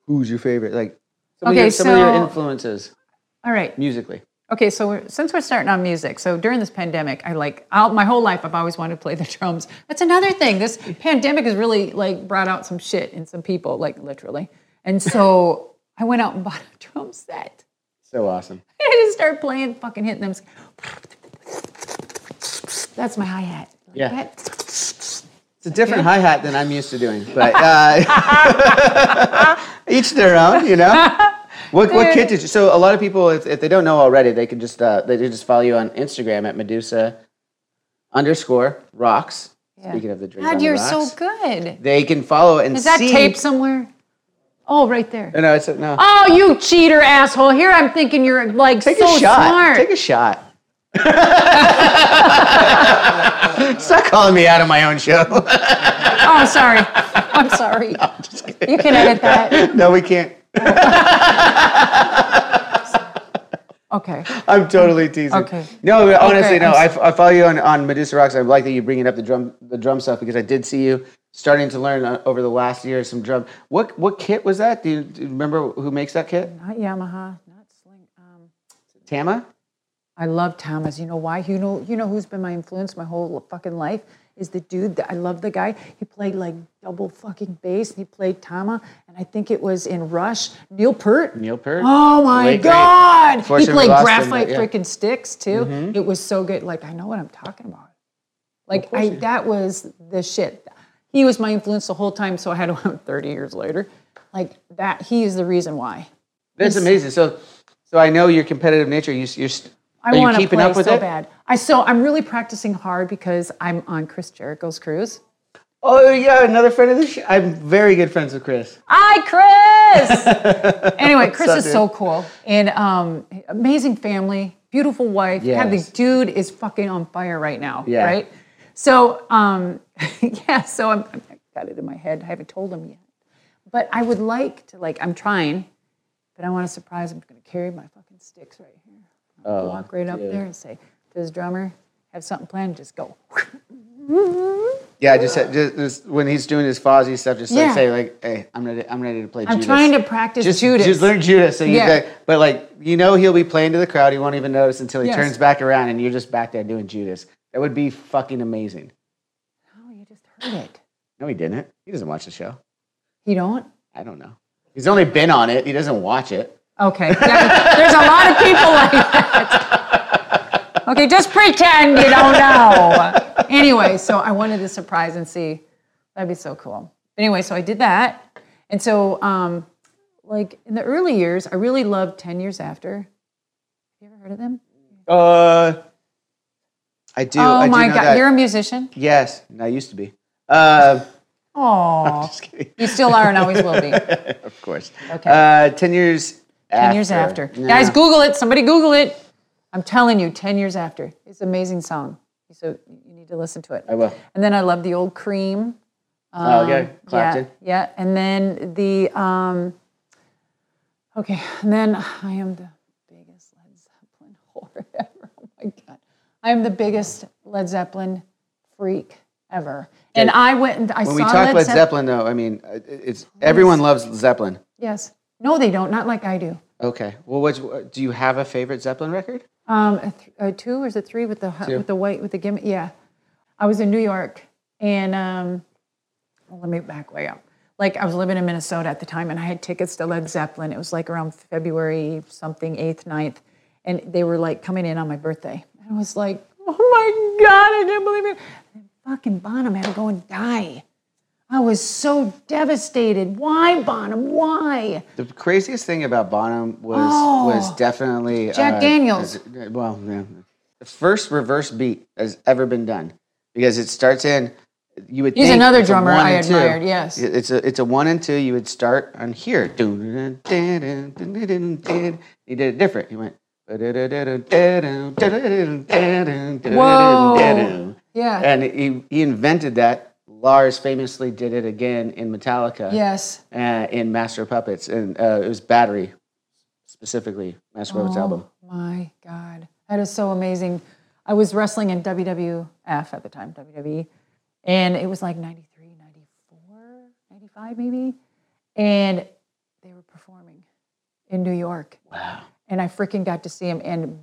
who's your favorite. Like some,
Okay,
of, your, some of your
so-
influences
all right.
musically.
Okay, so we're, since we're starting on music, so during this pandemic, I like i my whole life I've always wanted to play the drums. That's another thing. This pandemic has really like brought out some shit in some people, like literally. And so I went out and bought a drum set.
So awesome.
I just started playing, fucking hitting them. That's my hi hat.
Yeah. It's a different hi hat than I'm used to doing, but uh, each their own, you know. What, what kit did you? So a lot of people, if, if they don't know already, they can just uh, they can just follow you on Instagram at Medusa underscore rocks. Speaking of the drink, on
God,
the
you're
rocks,
so good.
They can follow and
Is that
see.
tape somewhere? Oh, right there.
No, no, it's no.
Oh, you cheater asshole. Here I'm thinking you're like
Take
so
a shot.
smart.
Take a shot. Stop calling me out of my own show.
oh, sorry. I'm sorry. you can edit that.
no, we can't.
Okay.
I'm totally teasing.
Okay.
No, but honestly,
Okay,
no.
I'm
I, f- I follow you on, on Medusa Rocks. I like that you bringing up the drum the drum stuff because I did see you starting to learn uh, over the last year some drum. What what kit was that? Do you, do you remember who makes that kit?
Not Yamaha. Not Sling. Um,
Tama.
I love Thomas. You know why? You know, you know who's been my influence my whole fucking life is the dude that I love. The guy he played like double fucking bass. And he played Tama, and I think it was in Rush. Neil Peart.
Neil Peart.
Oh my
Late great.
God! He
Unfortunately, we
played
lost him,
graphite
but yeah. Mm-hmm.
freaking sticks too. It was so good. Like I know what I'm talking about. Like I, that was the shit. He was my influence the whole time. So I had him 30 years later. Like that. He is the reason why.
That's amazing. So so I know your competitive nature. You s- you're st-
I
are you
want to
keeping
play
up with
so
it?
bad. I so I'm really practicing hard because I'm on Chris Jericho's cruise.
Oh yeah, another friend of the show. I'm very good friends with Chris.
Hi, Chris. anyway, Chris
up,
is
dude?
so cool and um, amazing family, beautiful wife. God,
Yes.
the dude is fucking on fire right now.
Yeah.
Right. So um, yeah. So I'm, I've got it in my head. I haven't told him yet, but I would like to. Like I'm trying, but I want to surprise him. I'm going to carry my fucking sticks right here.
Oh,
I'll walk right up there and say to his drummer, "Have something planned. Just go."
Yeah, just, uh, just, just when he's doing his Fozzy stuff, just like
Yeah.
say like, "Hey, I'm ready. I'm ready to play."
I'm
Judas.
trying to practice
just,
Judas.
Just learn Judas. So you
Yeah.
guys- but like you know he'll be playing to the crowd. He won't even notice until he
Yes.
turns back around and you're just back there doing Judas. That would be fucking amazing.
Oh, you just heard it.
No, he didn't. He doesn't watch the show.
You don't.
I don't know. He's only been on it. He doesn't watch it.
Okay. Yeah, There's a lot of people like that. Okay, just pretend you don't know. Anyway, so I wanted to surprise and see. That'd be so cool. Anyway, so I did that. And so, um, like in the early years, I really loved 10 Years After. You ever heard of them?
Uh, I do.
oh
I do
my
know
God.
that.
You're a musician?
yes, and I used to be. Uh,
Oh,
just kidding.
you still are and always will be.
of course.
Okay.
Uh, ten years.
10 years after. Guys, Google it. Somebody Google it. I'm telling you, 10 years after. It's an amazing song. So you need to listen to it.
I will.
And then I love the old Cream.
Oh, okay.
Uh, Yeah,
Clapton.
yeah. And then the, um, okay. And then I am the biggest Led Zeppelin whore ever. Oh my God. I am the biggest Led Zeppelin freak ever. And I went and I saw
When we talk about
Zepp-
Zeppelin, though, I mean, uh, it's everyone loves Zeppelin.
Yes. No, they don't. Not like I do.
Okay. Well, what's, do you have a favorite Zeppelin record?
Um, a th- a two or is it three with the hu- with the white with the gimmick? Yeah, I was in New York, and um, well, let me back way up. Like I was living in Minnesota at the time, and I had tickets to Led Zeppelin. It was like around February something, eighth, 9th, and they were like coming in on my birthday. And I was like, oh my god, I didn't believe it. And then fucking Bonham had to go and die. I was so devastated. Why Bonham? Why?
The craziest thing about Bonham was was definitely
Oh,
uh,
Jack
as-
Daniels.
uh, well, yeah, the first reverse beat has ever been done because it starts in. You would.
He's
think
another
it's a
drummer
one
I
and two.
admired, yes.
It- it's a it's a one and two. You would start on here. Dun, dun, dun, dun, dun, dun, dun. He did it different. He went.
Whoa. Yeah.
And he, he invented that. Lars famously did it again in Metallica
Yes.
uh, in Master of Puppets, and uh, it was Battery specifically Master of
Oh,
Puppets album.
My God, that is so amazing. I was wrestling in WWF at the time, WWE, and it was like 93, 94, 95 maybe. And they were performing in New York. Wow. And I freaking got to see him. And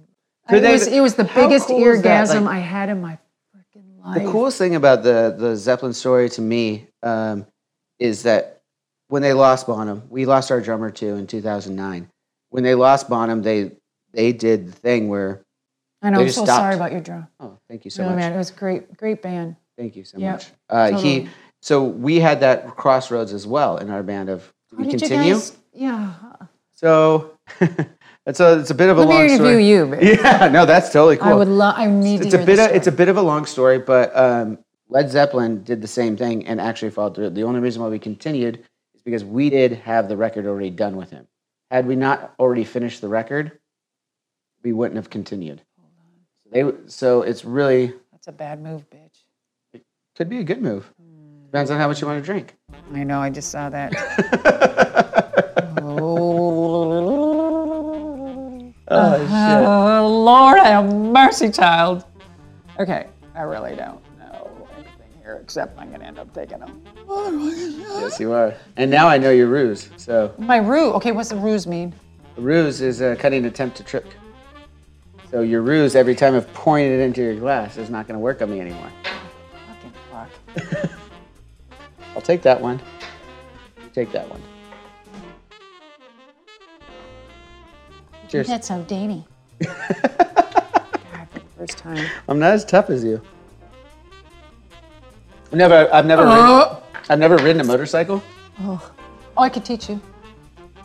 So
it
they-
was it was the
how
biggest
cool is that?
orgasm
Like,
I had in my freaking life.
the coolest thing about the the Zeppelin story to me um, is that when they lost Bonham, we lost our drummer too in 2009. When they lost Bonham, they they did the thing where
I know.
They
I'm
just
so
stopped.
sorry about your drum.
oh, thank you so
No
much.
man, it was great, great band.
Thank you so
Yeah,
much. Uh, He
totally.
so we had that crossroads as well in our band of do we
How did you
continue?
guys- Yeah.
So that's a it's a bit of a
Let me
long
interview
story.
you. babe.
Yeah, no, that's totally cool.
I would love. I need to
it's a
hear
bit
the
of, it's a
story.
bit of a long story, but um, Led Zeppelin did the same thing and actually followed through. The only reason why we continued is because we did have the record already done with him. Had we not already finished the record, we wouldn't have continued. So they so it's really
That's a bad move, bitch.
could be a good move. Depends on how much you want to drink.
I know. I just saw that.
Oh shit.
Oh, Lord have mercy, child. Okay, I really don't know anything here except I'm gonna end up taking them.
Yes, you are. And now I know your ruse. So
My ruse. Okay, what's the ruse mean?
a ruse is a cunning attempt to trick. So your ruse, every time I've pointed it into your glass, is not going to work on me anymore.
Fucking fuck.
I'll take that one. You take that one. Cheers.
That's so dainty. God, for the first time.
I'm not as tough as you. I've never, I've never,
Uh-huh.
ridden, I've never ridden a motorcycle.
Oh, I could teach you.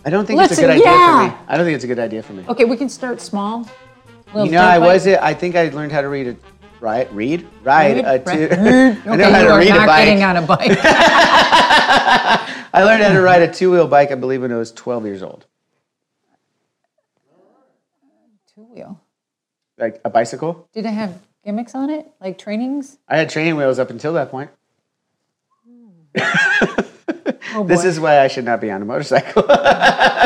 I don't think it's a
Listen,
good idea for
yeah. Oh,
me. I don't think it's a good idea for me.
Okay, we can start small. Little
You know, I
dirt bike.
was it. I think I learned how to read a ride, read, ride a two. I know
Okay,
how
you
to
are
read
not
a bike.
getting on a bike.
I learned how to ride a two wheel bike, I believe, when I was 12 years old.
Two wheel.
Like a bicycle.
Did it have gimmicks on it? Like trainings?
I had training wheels up until that point.
Oh,
this is why I should not be on a motorcycle.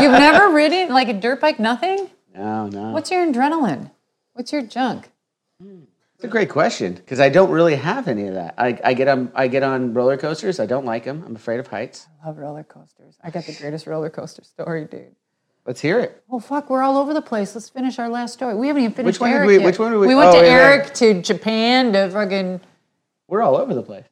You've never ridden like a dirt bike, nothing?
no, no.
What's your adrenaline? What's your junk?
It's a great question because I don't really have any of that. I, I get on I get on roller coasters. I don't like them. I'm afraid of heights.
I love roller coasters. I got the greatest roller coaster story, dude.
Let's hear it.
Oh fuck, we're all over the place. Let's finish our last story. We haven't even finished
Which one did
Eric
we-
yet.
which one did we-
went
oh,
to
yeah, yeah.
Eric to Japan to fucking.
We're all over the place.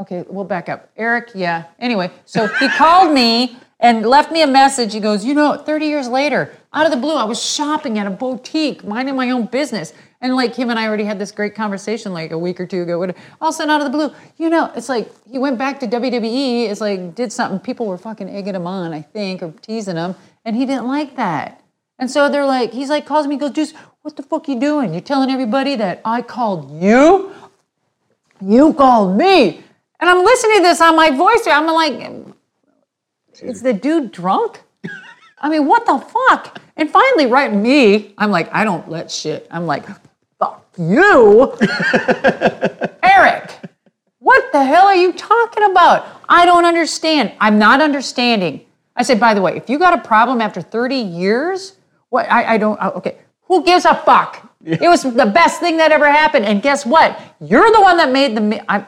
Okay, we'll back up. Eric, yeah. Anyway, so he called me and left me a message. He goes, you know, 30 years later, out of the blue, I was shopping at a boutique, minding my own business. And like him and I already had this great conversation like a week or two ago. All of a sudden, out of the blue, you know, it's like he went back to WWE. It's like did something. People were fucking egging him on, I think, or teasing him, and he didn't like that. And so they're like, he's like calls me, goes, Deuce, what the fuck you doing? You're telling everybody that I called you? you called me. And I'm listening to this on my voice. I'm like, is the dude drunk? I mean, what the fuck? And finally, right, me, I'm like, I don't let shit. I'm like, fuck you, Eric. What the hell are you talking about? I don't understand. I'm not understanding. I said, by the way, if you got a problem after 30 years, what? I, I don't, oh, okay, who gives a fuck? It was the best thing that ever happened. And guess what? You're the one that made the, mi- I,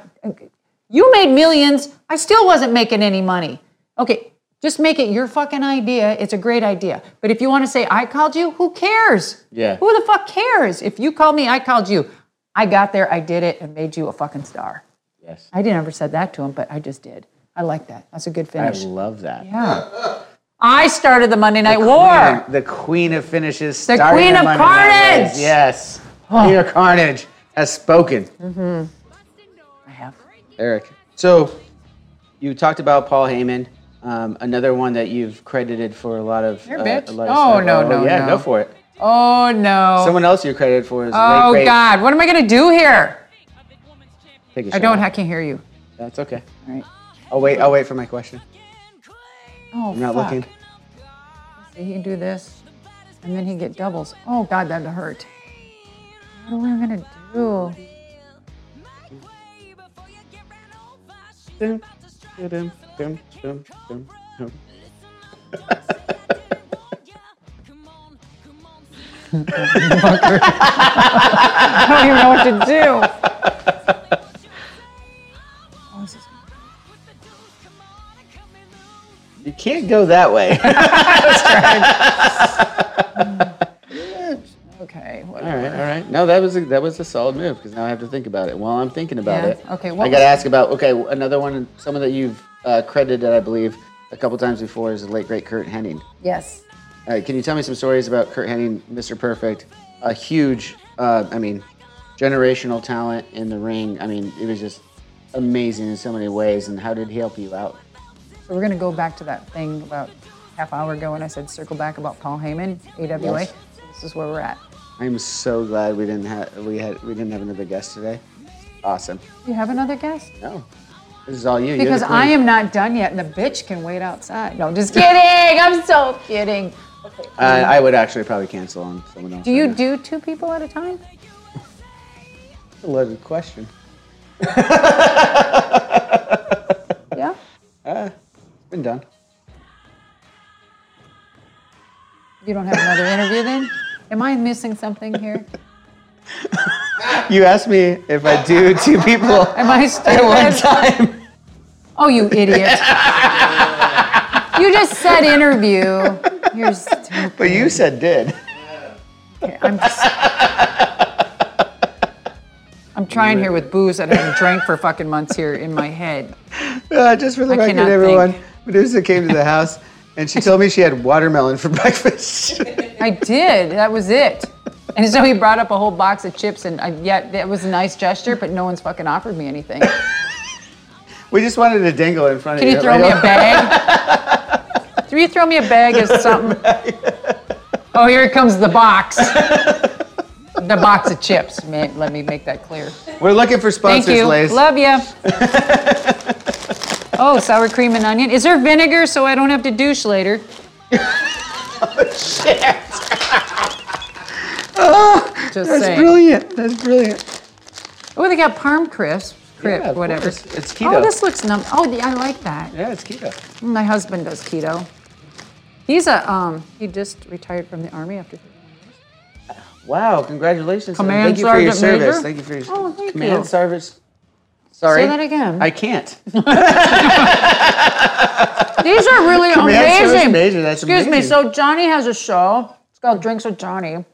you made millions. I still wasn't making any money. Okay, just make it your fucking idea. It's a great idea. But if you want to say, I called you, who cares?
Yeah.
Who the fuck cares? If you called me, I called you. I got there, I did it, and made you a fucking star.
Yes.
I didn't ever said that to him, but I just did. I like that. That's a good
I
finish.
love that.
yeah. I started the Monday Night
Queen
War.
of- the queen of finishes.
The
starting
queen of
Monday Night Wars.
carnage!
Yes. Queen of carnage has spoken.
I have.
Eric. So you talked about Paul Heyman, um, another one that you've credited for a lot of.
Here,
uh,
bitch.
a lot
Oh,
stuff.
no, no,
Yeah,
no.
go for it.
Oh no.
Someone else you're credited for is.
oh
late, great-
God, what am I gonna do here?
Take a
I don't.
shot.
I can't hear you.
That's okay.
All right.
I'll wait. I'll wait for my question.
Oh,
I'm not
fuck.
looking.
See, he'd do this, and then he'd get doubles. Oh God, that'd hurt. What am I gonna do?
Dum, dum, dum, dum, dum, dum.
I don't even know what to do. Oh,
You can't go that way.
Okay,
All
whatever.
right, all right. No, that was a, that was a solid move because now I have to think about it. While I'm thinking about
Yeah.
it,
Okay, what
I got to
was-
ask about okay another one, someone that you've uh, credited, I believe, a couple times before is the late great Kurt Hennig.
Yes.
All right, can you tell me some stories about Kurt Hennig, Mr. Perfect, a huge, uh, I mean, generational talent in the ring? I mean, it was just amazing in so many ways. And how did he help you out?
So we're going to go back to that thing about half hour ago when I said circle back about Paul Heyman, AWA.
Yes.
So this is where we're at.
I'm so glad we didn't have we had we didn't have another guest today. Awesome.
Do you have another guest?
No, this is all you. You're the
Because
queen.
I am not done yet, and the bitch can wait outside. No, just kidding. I'm so kidding.
Uh, I, I would actually probably cancel on someone else.
Do you do two people at a time?
a loaded question?
Yeah.
It's been done.
You don't have another interview then? Am I missing something here?
You asked me if I do two people
Am I
at one
stupid?
time.
Oh, you idiot. you just said interview. You're stupid.
But you said did.
I'm just. I'm trying here with booze that I haven't drank for fucking months here in my head.
Uh, just for the
I
record,
cannot
everyone,
think.
Medusa came to the house and she told me she had watermelon for breakfast.
I did. That was it. And so he brought up a whole box of chips, and I, yeah, that was a nice gesture, but no one's fucking offered me anything.
we just wanted to dangle in front
Can
of
you
you.
throw me a bag? Can you throw me a bag of something? Oh, here comes the box. The box of chips. Man, let me make that clear.
We're looking for sponsors,
Thank you.
Lays.
Love you. oh, sour cream and onion. Is there vinegar so I don't have to douche later?
Oh,
Just
That's
saying.
brilliant. That's brilliant.
Oh, they got Parm crisp, Crip,
Yeah, of
whatever.
course. It's keto.
Oh, this looks num. Oh, yeah, I like that.
Yeah, it's keto.
My husband does keto. He's a um. He just retired from the army after.
Wow, congratulations. and
Command
thank you for your
Sergeant
service.
Major?
Thank you for your
Oh, thank
command
you.
service. Sorry.
Say that again.
I can't.
These are really
Command Service
amazing.
Major, that's
Excuse me.
amazing.
So Johnny has a show. It's called Drinks with Johnny,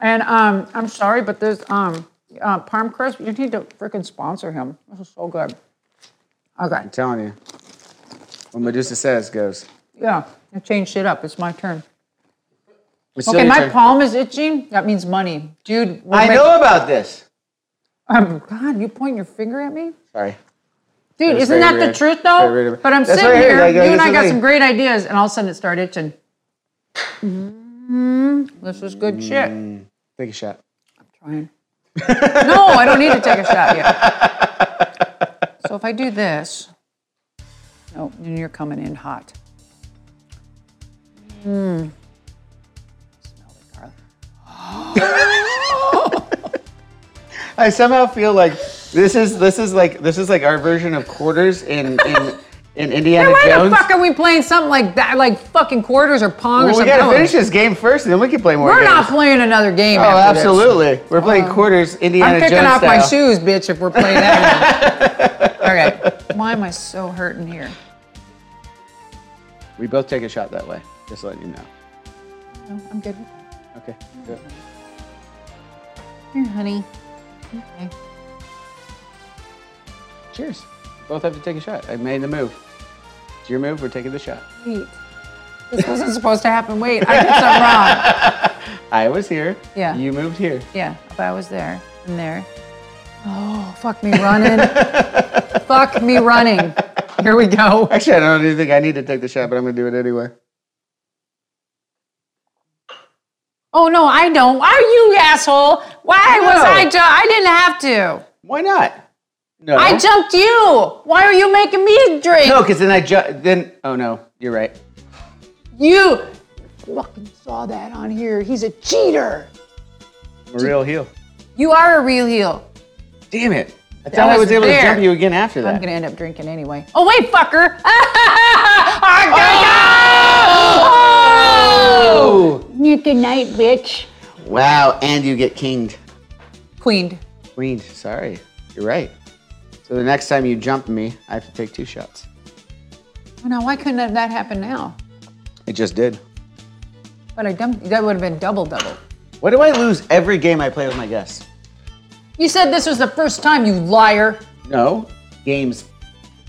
and um, I'm sorry, but this um, uh, Parm Crisp, you need to freaking sponsor him. This is so good. Okay.
I'm telling you. What Medusa says goes.
Yeah. I changed it up. It's my turn.
It's still
Okay,
your
my
turn.
palm is itching. That means money, dude. we're
I
making-
know about this.
Um, God, you point your finger at me?
Sorry.
Dude,
That's
isn't
very
that
weird.
the truth
Very weird
though?
of-
But I'm
That's
sitting
right here,
here,
like,
you and I
it's
got
like-
some great ideas, and all of a sudden it started itching. Mm, this is good shit.
Take a shot.
Trying. no, I don't need to take a shot yet. So if I do this, oh, and you're coming in hot. Mmm. Smell the garlic.
I somehow feel like this is this is like this is like our version of quarters in in, in Indiana
Hey, why
Jones.
the fuck are we playing something like that, like fucking quarters or pong or
well, we
something?
gotta finish this game first, and then we can play more.
We're
games.
not playing another game.
Oh,
after this. Um,
absolutely. We're playing quarters Indiana
I'm kicking
Jones
off my
style.
shoes, bitch, if we're playing that. okay. Why am I so hurting here?
We both take a shot that way. Just letting you know.
No, I'm good with that.
Okay. good.
Here, honey. Okay.
Cheers. Both have to take a shot. I made the move. It's your move. We're taking the shot.
Wait. This wasn't supposed to happen. Wait, I did something wrong.
I was here.
Yeah.
You moved here.
Yeah, but I was there and there. Oh, fuck me running. fuck me running. Here we go.
Actually, I don't even think I need to take the shot, but I'm gonna do it anyway.
Oh no, I don't. Why you asshole? Why was
No.
I? Ju- I didn't have to.
Why not? No.
I jumped you. Why are you making me drink?
No, because then I ju- then. Oh no, you're right.
You fucking saw that on here. He's a cheater.
I'm a real heel.
You are a real heel.
Damn it! I thought I
was
was able
there.
to jump you again after that.
I'm gonna end up drinking anyway. Oh wait, fucker! I got-
Oh!
Good night, bitch.
Wow, and you get kinged.
Queened.
Queened. Sorry, you're right. So the next time you jump me, I have to take two shots.
Now why couldn't that- that happen now?
It just did.
But I dumped. That would have been double double.
Why do I lose every game I play with my guests?
You said this was the first time, you liar.
No. Games.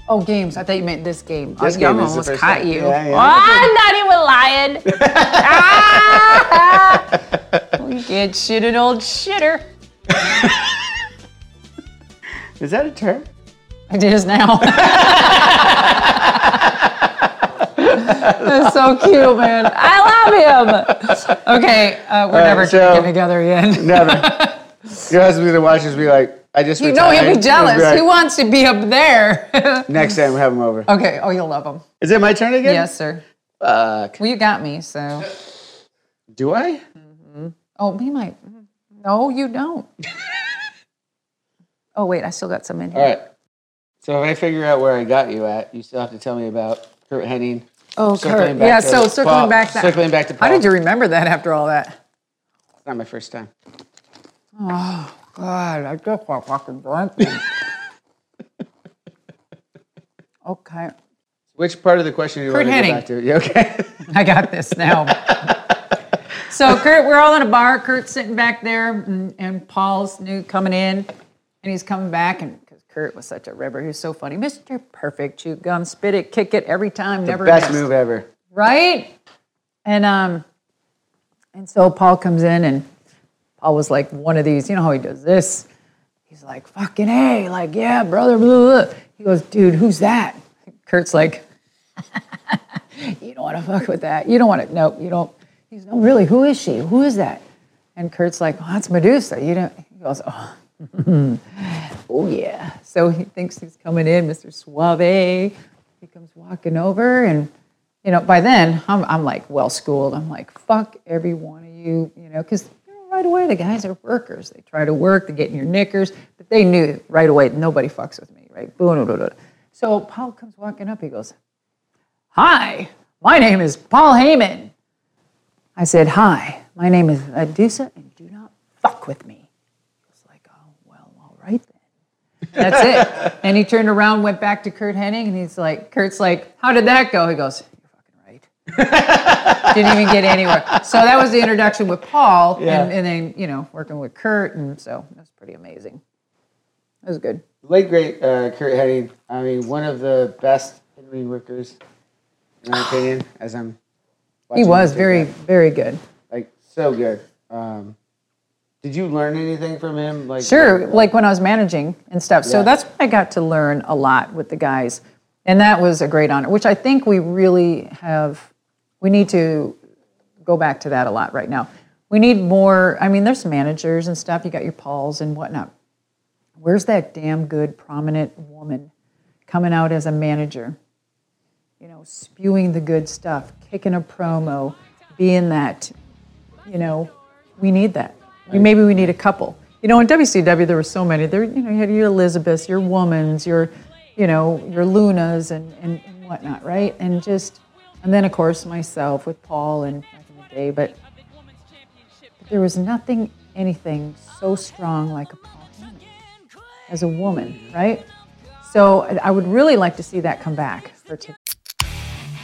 Oh, games. I thought you meant this game.
This
I
game
I
is the
almost
first
caught
time.
you.
Yeah, yeah.
Oh, I'm not even lying. ah! We can't shit an old shitter.
Is that a term?
It is now. That's so cute, man. I love him. Okay, uh, we're never
so-
gonna get together again.
Never. Your husband's gonna watch this and be like, I just
You know he'll
retired.
be jealous.
Right.
He wants to be up there.
Next time we have him over.
okay. Oh, you'll love him.
Is it my turn again?
Yes, sir.
Fuck.
Well, you got me. So.
Do I?
Oh, we might. No, you don't. oh wait, I still got some in here.
All right. So if I figure out where I got you at, you still have to tell me about Kurt Henning.
Oh,
Circling
Kurt.
back
Yeah.
to
So circling
Paul-
back. That,
circling back to
How
Paul.
did you remember that after all that?
It's not my first time.
God, I just want fucking drunk. okay,
Which part of the question do you
Kurt
want to
Hennig.
go back to? You okay?
I got this now. so Kurt, we're all in a bar. Kurt's sitting back there, and, and Paul's new coming in, and he's coming back, and because Kurt was such a ribber, he was so funny, Mister Perfect, chew gum, spit it, kick it every time, never
Best
missed.
move ever.
right? And um, and so Paul comes in, and Paul was like one of these. You know how he does this? He's like, "Fucking hey, like yeah, brother." Blah, blah. He goes, "Dude, who's that?" Kurt's like, "You don't want to fuck with that. You don't want to. No, you don't." He's no, really. Who is she? Who is that? And Kurt's like, "Oh, that's Medusa." You don't. He goes, "Oh." Oh yeah. So he thinks he's coming in, Mr. Suave. He comes walking over and you know, by then I'm, I'm like well schooled. I'm like, fuck every one of you, you know, because right away the guys are workers. They try to work, they get in your knickers, but they knew right away nobody fucks with me, right? Boo, boo, boo, boo. So Paul comes walking up. He goes, Hi, my name is Paul Heyman. I said, Hi, my name is Adusa, and do not fuck with me. It's like, Oh, well, all right then. That's it. And he turned around, went back to Kurt Hennig, and he's like, Kurt's like, How did that go? He goes, You're fucking right. Didn't even get anywhere. So that was the introduction with Paul, and, and then, you know, working with Kurt. And so that was pretty amazing. That was good.
Late great uh, Kurt Henning. I mean, one of the best Henry workers, in my opinion. As I'm,
He
watching
was
him take
very,
that.
very good.
like so good. Um, did you learn anything from him? Like
Sure, like when I was managing and stuff. So
Yeah.
that's when I got to learn a lot with the guys. And that was a great honor, which I think we really have, we need to go back to that a lot right now. We need more, I mean, there's managers and stuff, you got your Pauls and whatnot. Where's that damn good prominent woman coming out as a manager? You know, spewing the good stuff, kicking a promo, being that you know, we need that. Maybe we need a couple. You know, in WCW there were so many. There, you know, you had your Elizabeths, your Womans, your, you know, your Lunas and, and, and whatnot, right? And just, and then of course myself with Paul and back in the day, but, but there was nothing, anything so strong like a Paul Heyman as a woman, right? So I I would really like to see that come back for today.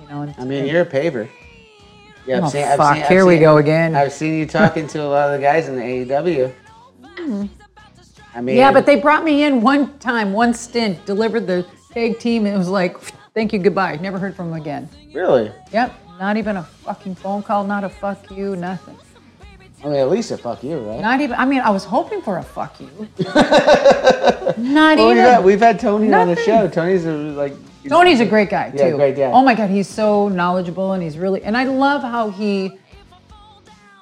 You know, and
I mean, you're a paver. Yeah,
Oh, fuck, here we go again.
I've seen you talking to a lot of the guys in the AEW. I mean,
Yeah, but they brought me in one time, one stint, delivered the tag team, and it was like, thank you, goodbye. Never heard from them again.
really.
Yep, not even a fucking phone call, not a fuck you, nothing.
I mean, at least a fuck you, right?
Not even, I mean, I was hoping for a fuck you. not
Oh,
even.
yeah, we've had Tony on the
Nothing.
show. Tony's a, like he's-
Tony's a great guy,
Yeah,
too.
great guy.
Oh my God, he's so knowledgeable and he's really, and I love how he.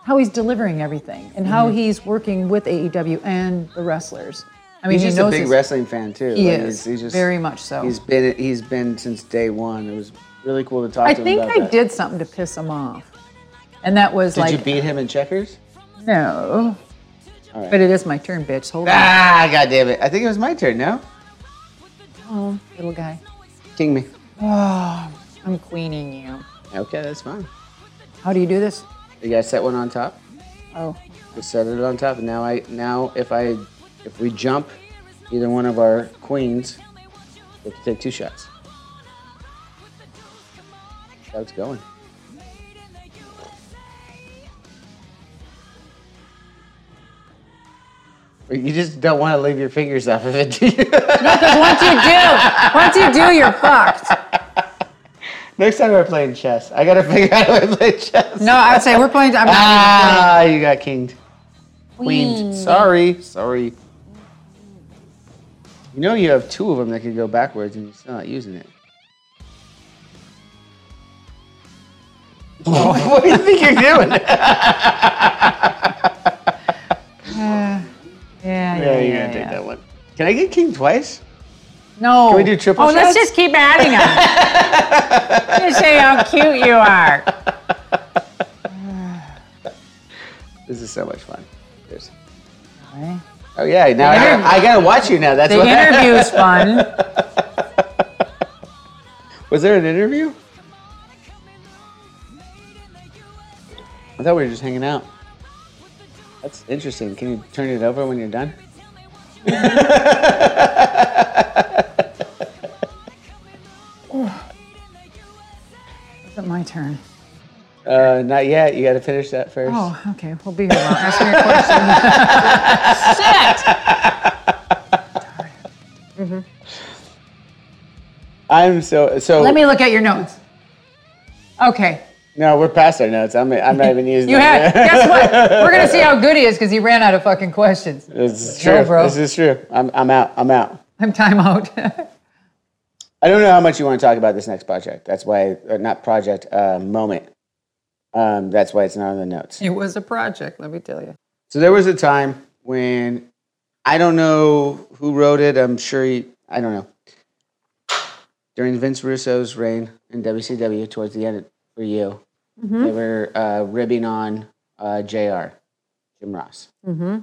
How he's delivering everything and
Mm-hmm.
how he's working with AEW and the wrestlers. I mean,
He's
he
just a
knows
big
his-
wrestling fan too.
He
Like,
is
he's- he's just-
very much so.
He's been he's been since day one. It was really cool to talk
I
to him
think
about
I
that.
did something to piss him off. And that was
Did
like,
you beat him in checkers?
no.
All right.
But it is my turn, bitch. Hold on,
Ah, god damn it. I think it was my turn, no?
Oh, little guy.
King me.
I'm queening you.
Okay, that's fine.
How do you do this?
You guys set one on top?
Oh,
We set it on top and now I now if I if we jump either one of our queens, we have to take two shots. How it's going. You just don't want to leave your fingers off of it, do you?
once you do, once you do, you're fucked.
Next time we're playing chess, I gotta figure out how to play chess.
No, I would say we're playing. I'm not even playing.
Ah, you got kinged. Queened. Sorry, sorry. You know you have two of them that could go backwards and you're still not using it. what do you think you're doing?
Yeah,
yeah,
yeah, yeah.
you're gonna take that one. Can I get king twice?
No.
Can we do triple
Oh,
shots?
let's just keep adding them. just say how cute you are.
This is so much fun. Cheers.
Okay.
Oh yeah, now I gotta, I gotta watch you now. That's
The
what
interview's fun.
Was there an interview? I thought we were just hanging out. That's interesting. Can you turn it over when you're done?
Is it my turn?
Uh, not yet. You got to finish that first.
Oh, okay. We'll be here. Long. Ask me a question.
I'm so so.
Let me look at your notes. Okay.
No, we're past our notes. I'm I'm not even using.
You
them.
had. Guess what? We're gonna see how good he is because he ran out of fucking questions.
This is true.
bro.
This is true. I'm I'm out. I'm out.
I'm time out.
I don't know how much you want to talk about this next project. That's why, or not project, uh, moment. Um, that's why it's not on the notes.
it was a project. Let me tell you.
So there was a time when I don't know who wrote it. I'm sure you, I don't know. During Vince Russo's reign in WCW, towards the end for you,
Mm-hmm.
they were uh, ribbing on uh, Jr. Jim Ross,
Mm-hmm.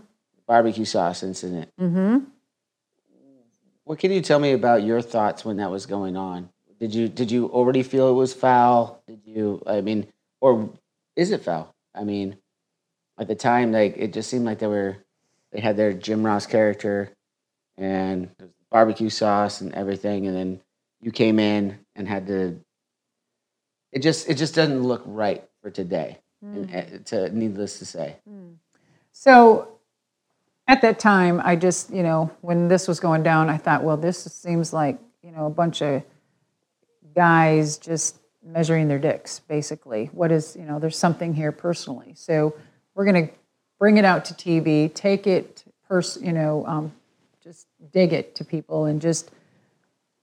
barbecue sauce incident.
Mm-hmm.
What can you tell me about your thoughts when that was going on? Did you did you already feel it was foul? Did you I mean or is it foul? I mean at the time like it just seemed like they were they had their Jim Ross character and there was barbecue sauce and everything and then you came in and had to it just it just doesn't look right for today.
Hmm.
And, uh, to needless to say.
So at that time, I just, you know, when this was going down, I thought, well, this seems like, you know, a bunch of guys just measuring their dicks, basically. What is, you know, there's something here personally. So we're going to bring it out to TV, take it, pers- you know, um, just dig it to people and just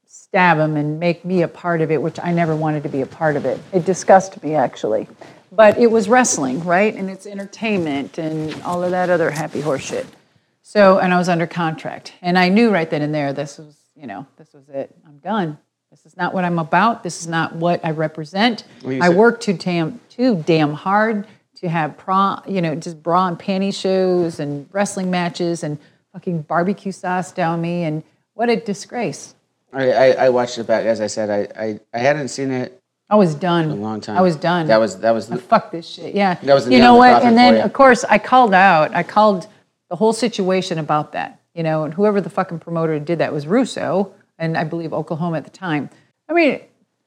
stab them and make me a part of it, which I never wanted to be a part of it. It disgusted me, actually. But it was wrestling, right? And it's entertainment and all of that other happy horseshit. So, and I was under contract. And I knew right then and there this was, you know, this was it. I'm done. This is not what I'm about. This is not what I represent. I work too damn, too damn hard to have bra, you know, just bra and panty shows and wrestling matches and fucking barbecue sauce down me. And what a disgrace.
I, I, I watched it back as I said, I, I, I hadn't seen it
I was done.
in a long time.
I was done.
That was that was
I fuck this shit. Yeah.
That was the
you
nail
know
in the
what?
coffin
And
for
then
you.
of course I called out. I called the whole situation about that. You know, and whoever the fucking promoter did that was Russo, and I believe Oklahoma at the time. I mean,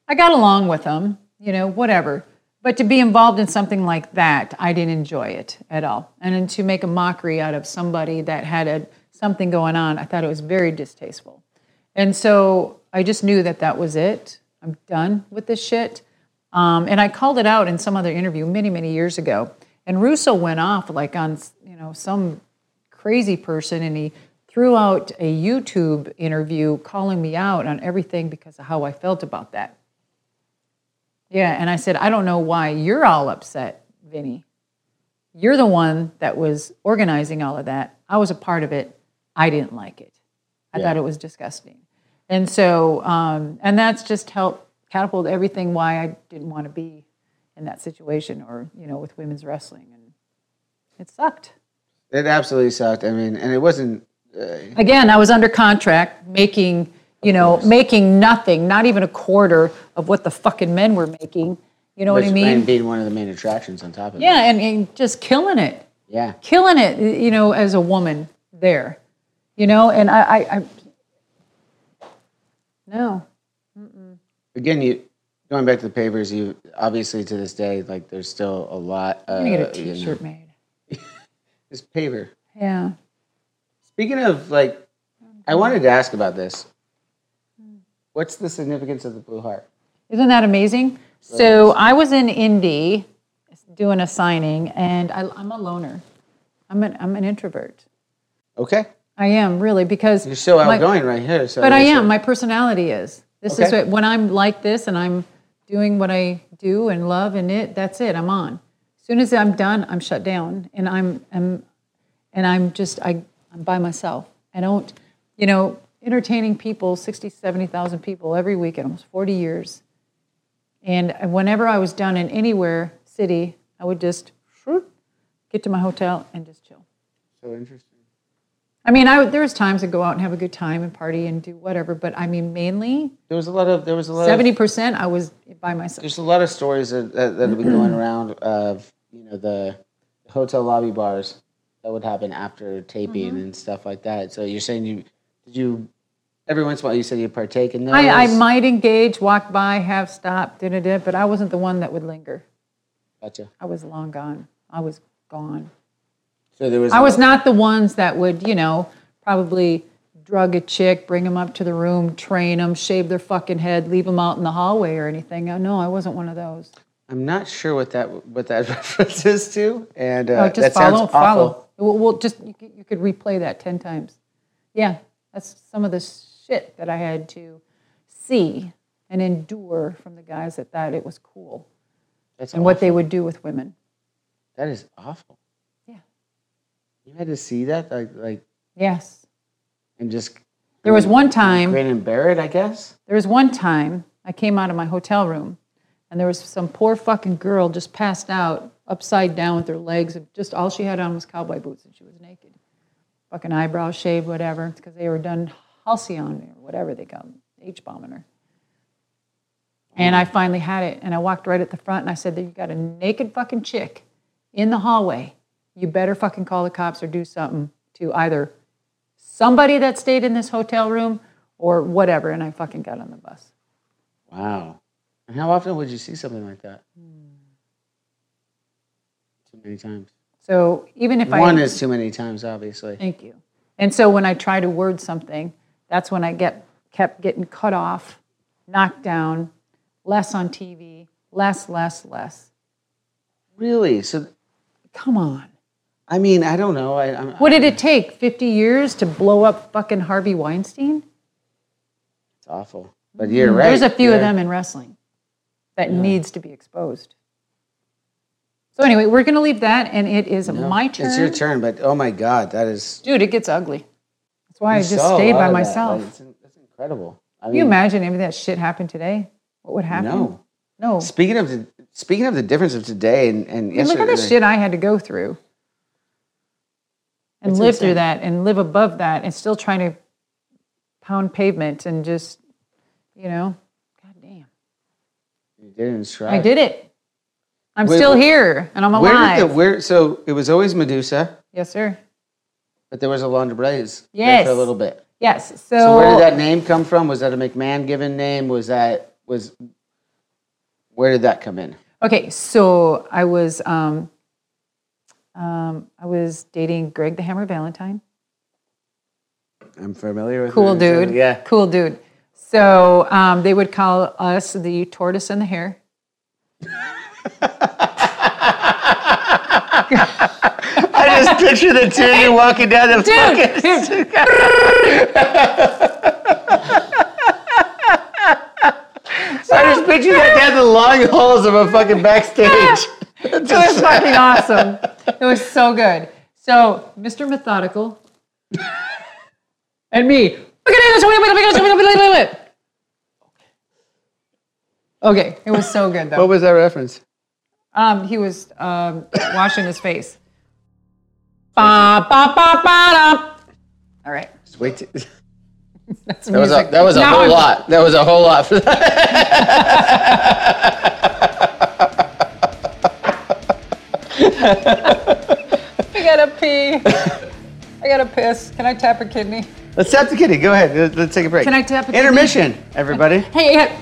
I got along with them. You know, whatever. But to be involved in something like that, I didn't enjoy it at all. And then to make a mockery out of somebody that had a, something going on, I thought it was very distasteful. And so I just knew that that was it. I'm done with this shit. Um, and I called it out in some other interview many, many years ago. And Russo went off like on you know some crazy person, and he threw out a YouTube interview calling me out on everything because of how I felt about that. Yeah, and I said, I don't know why you're all upset, Vinny. You're the one that was organizing all of that. I was a part of it. I didn't like it. I thought it was disgusting. And so, um, and that's just helped catapulted everything why I didn't want to be in that situation or, you know, with women's wrestling. And it sucked.
It absolutely sucked. I mean, and it wasn't. Uh,
Again, I was under contract making, you know, making nothing, not even a quarter of what the fucking men were making. You know what I
which-
mean?
And being one of the main attractions on top of it.
yeah, and, and just killing it.
Yeah.
killing it, you know, as a woman there, you know, and I, I, I no,
Again, you going back to the papers. You obviously to this day, like there's still a lot. Uh,
I'm gonna get a
you know,
T-shirt made.
this paper.
Yeah,
Speaking of like, I wanted to ask about this. What's the significance of the blue heart?
isn't that amazing? So I was in Indy doing a signing, and I, I'm a loner. I'm an I'm an introvert.
Okay,
I am really because
you're so
my-
outgoing right here. So
But I
that's
am.
it.
My personality is. This is
Okay.
what, when I'm like this and I'm doing what I do and love and it. That's it. I'm on. As soon as I'm done, I'm shut down and I'm, I'm and I'm just I I'm by myself. I don't, you know, entertaining people, 60, 70,000 people every weekend, almost 40 years. And whenever I was done in anywhere city, I would just get to my hotel and just chill.
so interesting.
I mean, I would, there was times I'd go out and have a good time and party and do whatever, but I mean, mainly
There was a lot of there was a lot of
seventy percent I was by myself.
there's a lot of stories that that, that have been going around of you know the hotel lobby bars that would happen after taping
Mm-hmm.
and stuff like that. So you're saying you did you every once in a while you said you partake in those?
I, I might engage, walk by, have stopped, da da da, but I wasn't the one that would linger.
Gotcha.
I was long gone. I was gone.
So there was
I was not the ones that would, you know, probably drug a chick, bring them up to the room, train them, shave their fucking head, leave them out in the hallway or anything. Uh, No, I wasn't one of those.
I'm not sure what that what that reference is to, and uh,
No, Oh, just
that
follow,
sounds awful.
follow. We'll, we'll just you could, you could replay that ten times. Yeah, that's some of the shit that I had to see and endure from the guys that thought it was cool
That's
and what
awful.
they would do with women.
that is awful.
Yeah.
you had to see that like like
Yes,
and just
there was one time.
grin and bear it, I guess.
There was one time I came out of my hotel room and there was some poor fucking girl just passed out upside down with her legs and just all she had on was cowboy boots and she was naked. Fucking eyebrows shaved, whatever, because they were done halcyon or whatever they got, H bombing her. And I finally had it and I walked right at the front and I said, You got a naked fucking chick in the hallway. You better fucking call the cops or do something to either somebody that stayed in this hotel room or whatever. And I fucking got on the bus.
Wow. And how often would you see something like that?
Hmm.
Too many times.
So even if
One
I
is too many times, obviously.
thank you. And so when I try to word something, that's when I get kept getting cut off, knocked down, less on TV, less, less, less.
Really? So,
Come on.
I mean, I don't know. I, I'm,
What did it take? 50 years to blow up fucking Harvey Weinstein?
it's awful. But you're right.
Hmm, There's a few
You're-
of them in wrestling that needs to be exposed. So anyway, we're going to leave that and it is my turn.
It's your turn, but oh my God, that is.
dude, it gets ugly. That's why I
you
just
saw a
stayed
lot
by
of that.
myself.
Like, it's, in- it's incredible. I
Can you imagine if that shit happened today? What would happen?
No.
No.
Speaking of the, speaking of the difference of today and, and
I mean, look
yesterday,
at the shit I had to go through and
It's
live through
insane.
that and live above that and still trying to pound pavement and just, you know, God damn.
you didn't strive.
I did it. I'm
Wait,
still
wh-
here and I'm
Where
alive.
did the where? So it was always Medusa,
yes, sir.
but there was a Londra Blaze there
Yes.
for a little bit.
Yes. So,
So where did that name come from? Was that a McMahon given name? Was that was where did that come in?
Okay, so I was um, um, I was dating Greg the Hammer Valentine.
I'm familiar with
Cool
it.
dude.
Yeah.
Cool dude. So um, they would call us the tortoise and the hare.
I just picture the two of you walking down the
Dude, dude,
I just picture that down the long halls of a fucking backstage.
it was fucking awesome. It was so good. So Mr. Methodical and me. Look at this. Wait, wait, wait, wait, wait, wait, wait, wait. Okay, it was so good
What
though.
was that reference?
Um, he was um, washing his face. Ba ba ba ba da. All right,
Just wait. T-
that's
That was
music.
a, that was a
Now
whole
I'm-
lot. That was a whole lot for that.
I gotta pee. I gotta piss. Can I tap a kidney?
Let's tap the kitty. Go ahead. Let- Let's take a break.
Can I tap a kidney?
Intermission, everybody.
Hey, yeah.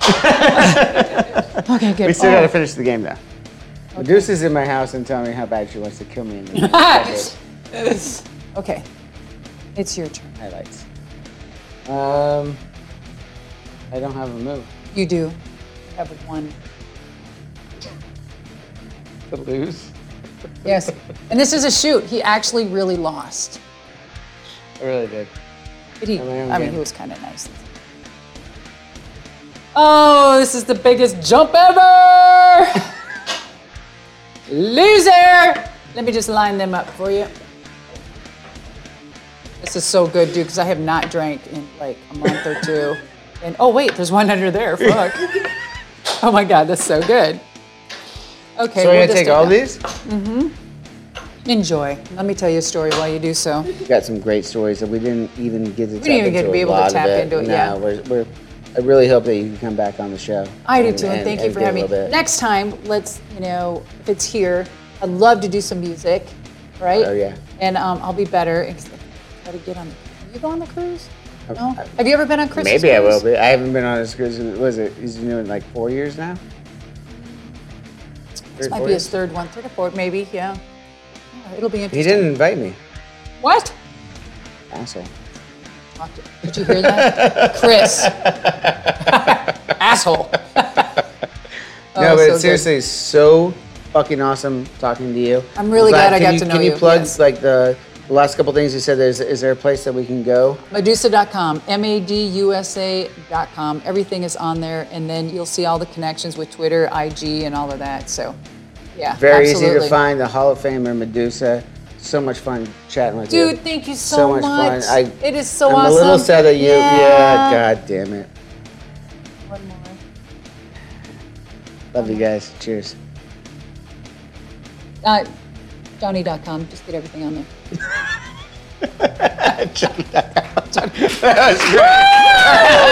okay, good.
We still
Oh,
gotta finish the game though. Medusa's in my house and telling me how bad she wants to kill me in the
okay, it's your turn.
highlights. Um, I don't have a move.
You do. You Have one.
To lose?
Yes, and this is a shoot. He actually really lost.
I really did.
But he,
I mean,
I mean,
okay.
he was kind of nice. Oh, this is the biggest jump ever! Loser! Let me just line them up for you. This is so good, dude, because I have not drank in like a month or two. And oh, wait, there's one under there. Fuck. oh my God, that's so good. Okay,
So
we'll
we're gonna
just
take
do
all
that.
these.
Enjoy. Let me tell you a story while you do so.
We got some great stories that we didn't even get to. We tap
didn't even get
into
to be
a
able to
lot of
tap into it,
No,
yeah.
we're, we're, I really hope that you can come back on the show.
I do
and-
too, and, thank you for
give a
having me.
little bit.
Next time, let's, you know, if it's here, I'd love to do some music, right?
Oh, yeah.
And um, I'll be better. ex- Try to get on. The, you go on the cruise? No.
Oh, I-
Have you ever been on cruise?
Maybe I will, but I haven't been on this cruise. in- Was it? He's been doing it like four years now.
This might be his third one, third or fourth, maybe. Yeah. Yeah, It'll be
He
interesting.
didn't invite me.
What?
Asshole.
Did you hear that, Chris? Asshole.
no,
Oh,
but
so good.
seriously, it's so fucking awesome talking to you.
I'm really glad I
can
got
you,
to know
Can you
you,
plug
yes.
like the, the last couple things you said? Is, is there a place that we can go?
Medusa.com, M A D U S A.com. Everything is on there. And then you'll see all the connections with Twitter, IG, and all of that. So, yeah.
Very easy
absolutely.
to find. The Hall of Famer Medusa. So much fun chatting with you,
Dude, thank you so,
much, fun.
much.
I,
it is so
I'm
awesome.
a little sad that you. Yeah.
Yeah.
God damn it.
One more.
Love you guys. Cheers.
Uh, Johnny.com. Just get everything on there.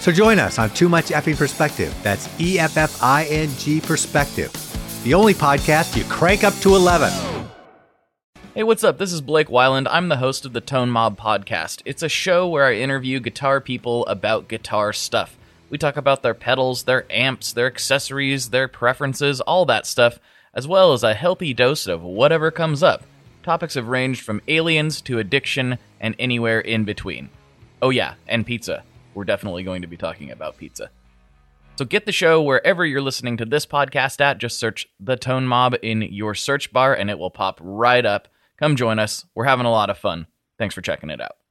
So join us on Too Much Effing Perspective. That's E F F I N G Perspective, the only podcast you crank up to 11.
Hey, what's up? This is Blake Wyland. I'm the host of the Tone Mob Podcast. It's a show where I interview guitar people about guitar stuff. We talk about their pedals, their amps, their accessories, their preferences, all that stuff, as well as a healthy dose of whatever comes up. Topics have ranged from aliens to addiction and anywhere in between. Oh, yeah, and pizza. We're definitely going to be talking about pizza. So get the show wherever you're listening to this podcast at. Just search The Tone Mob in your search bar and it will pop right up. Come join us. We're having a lot of fun. Thanks for checking it out.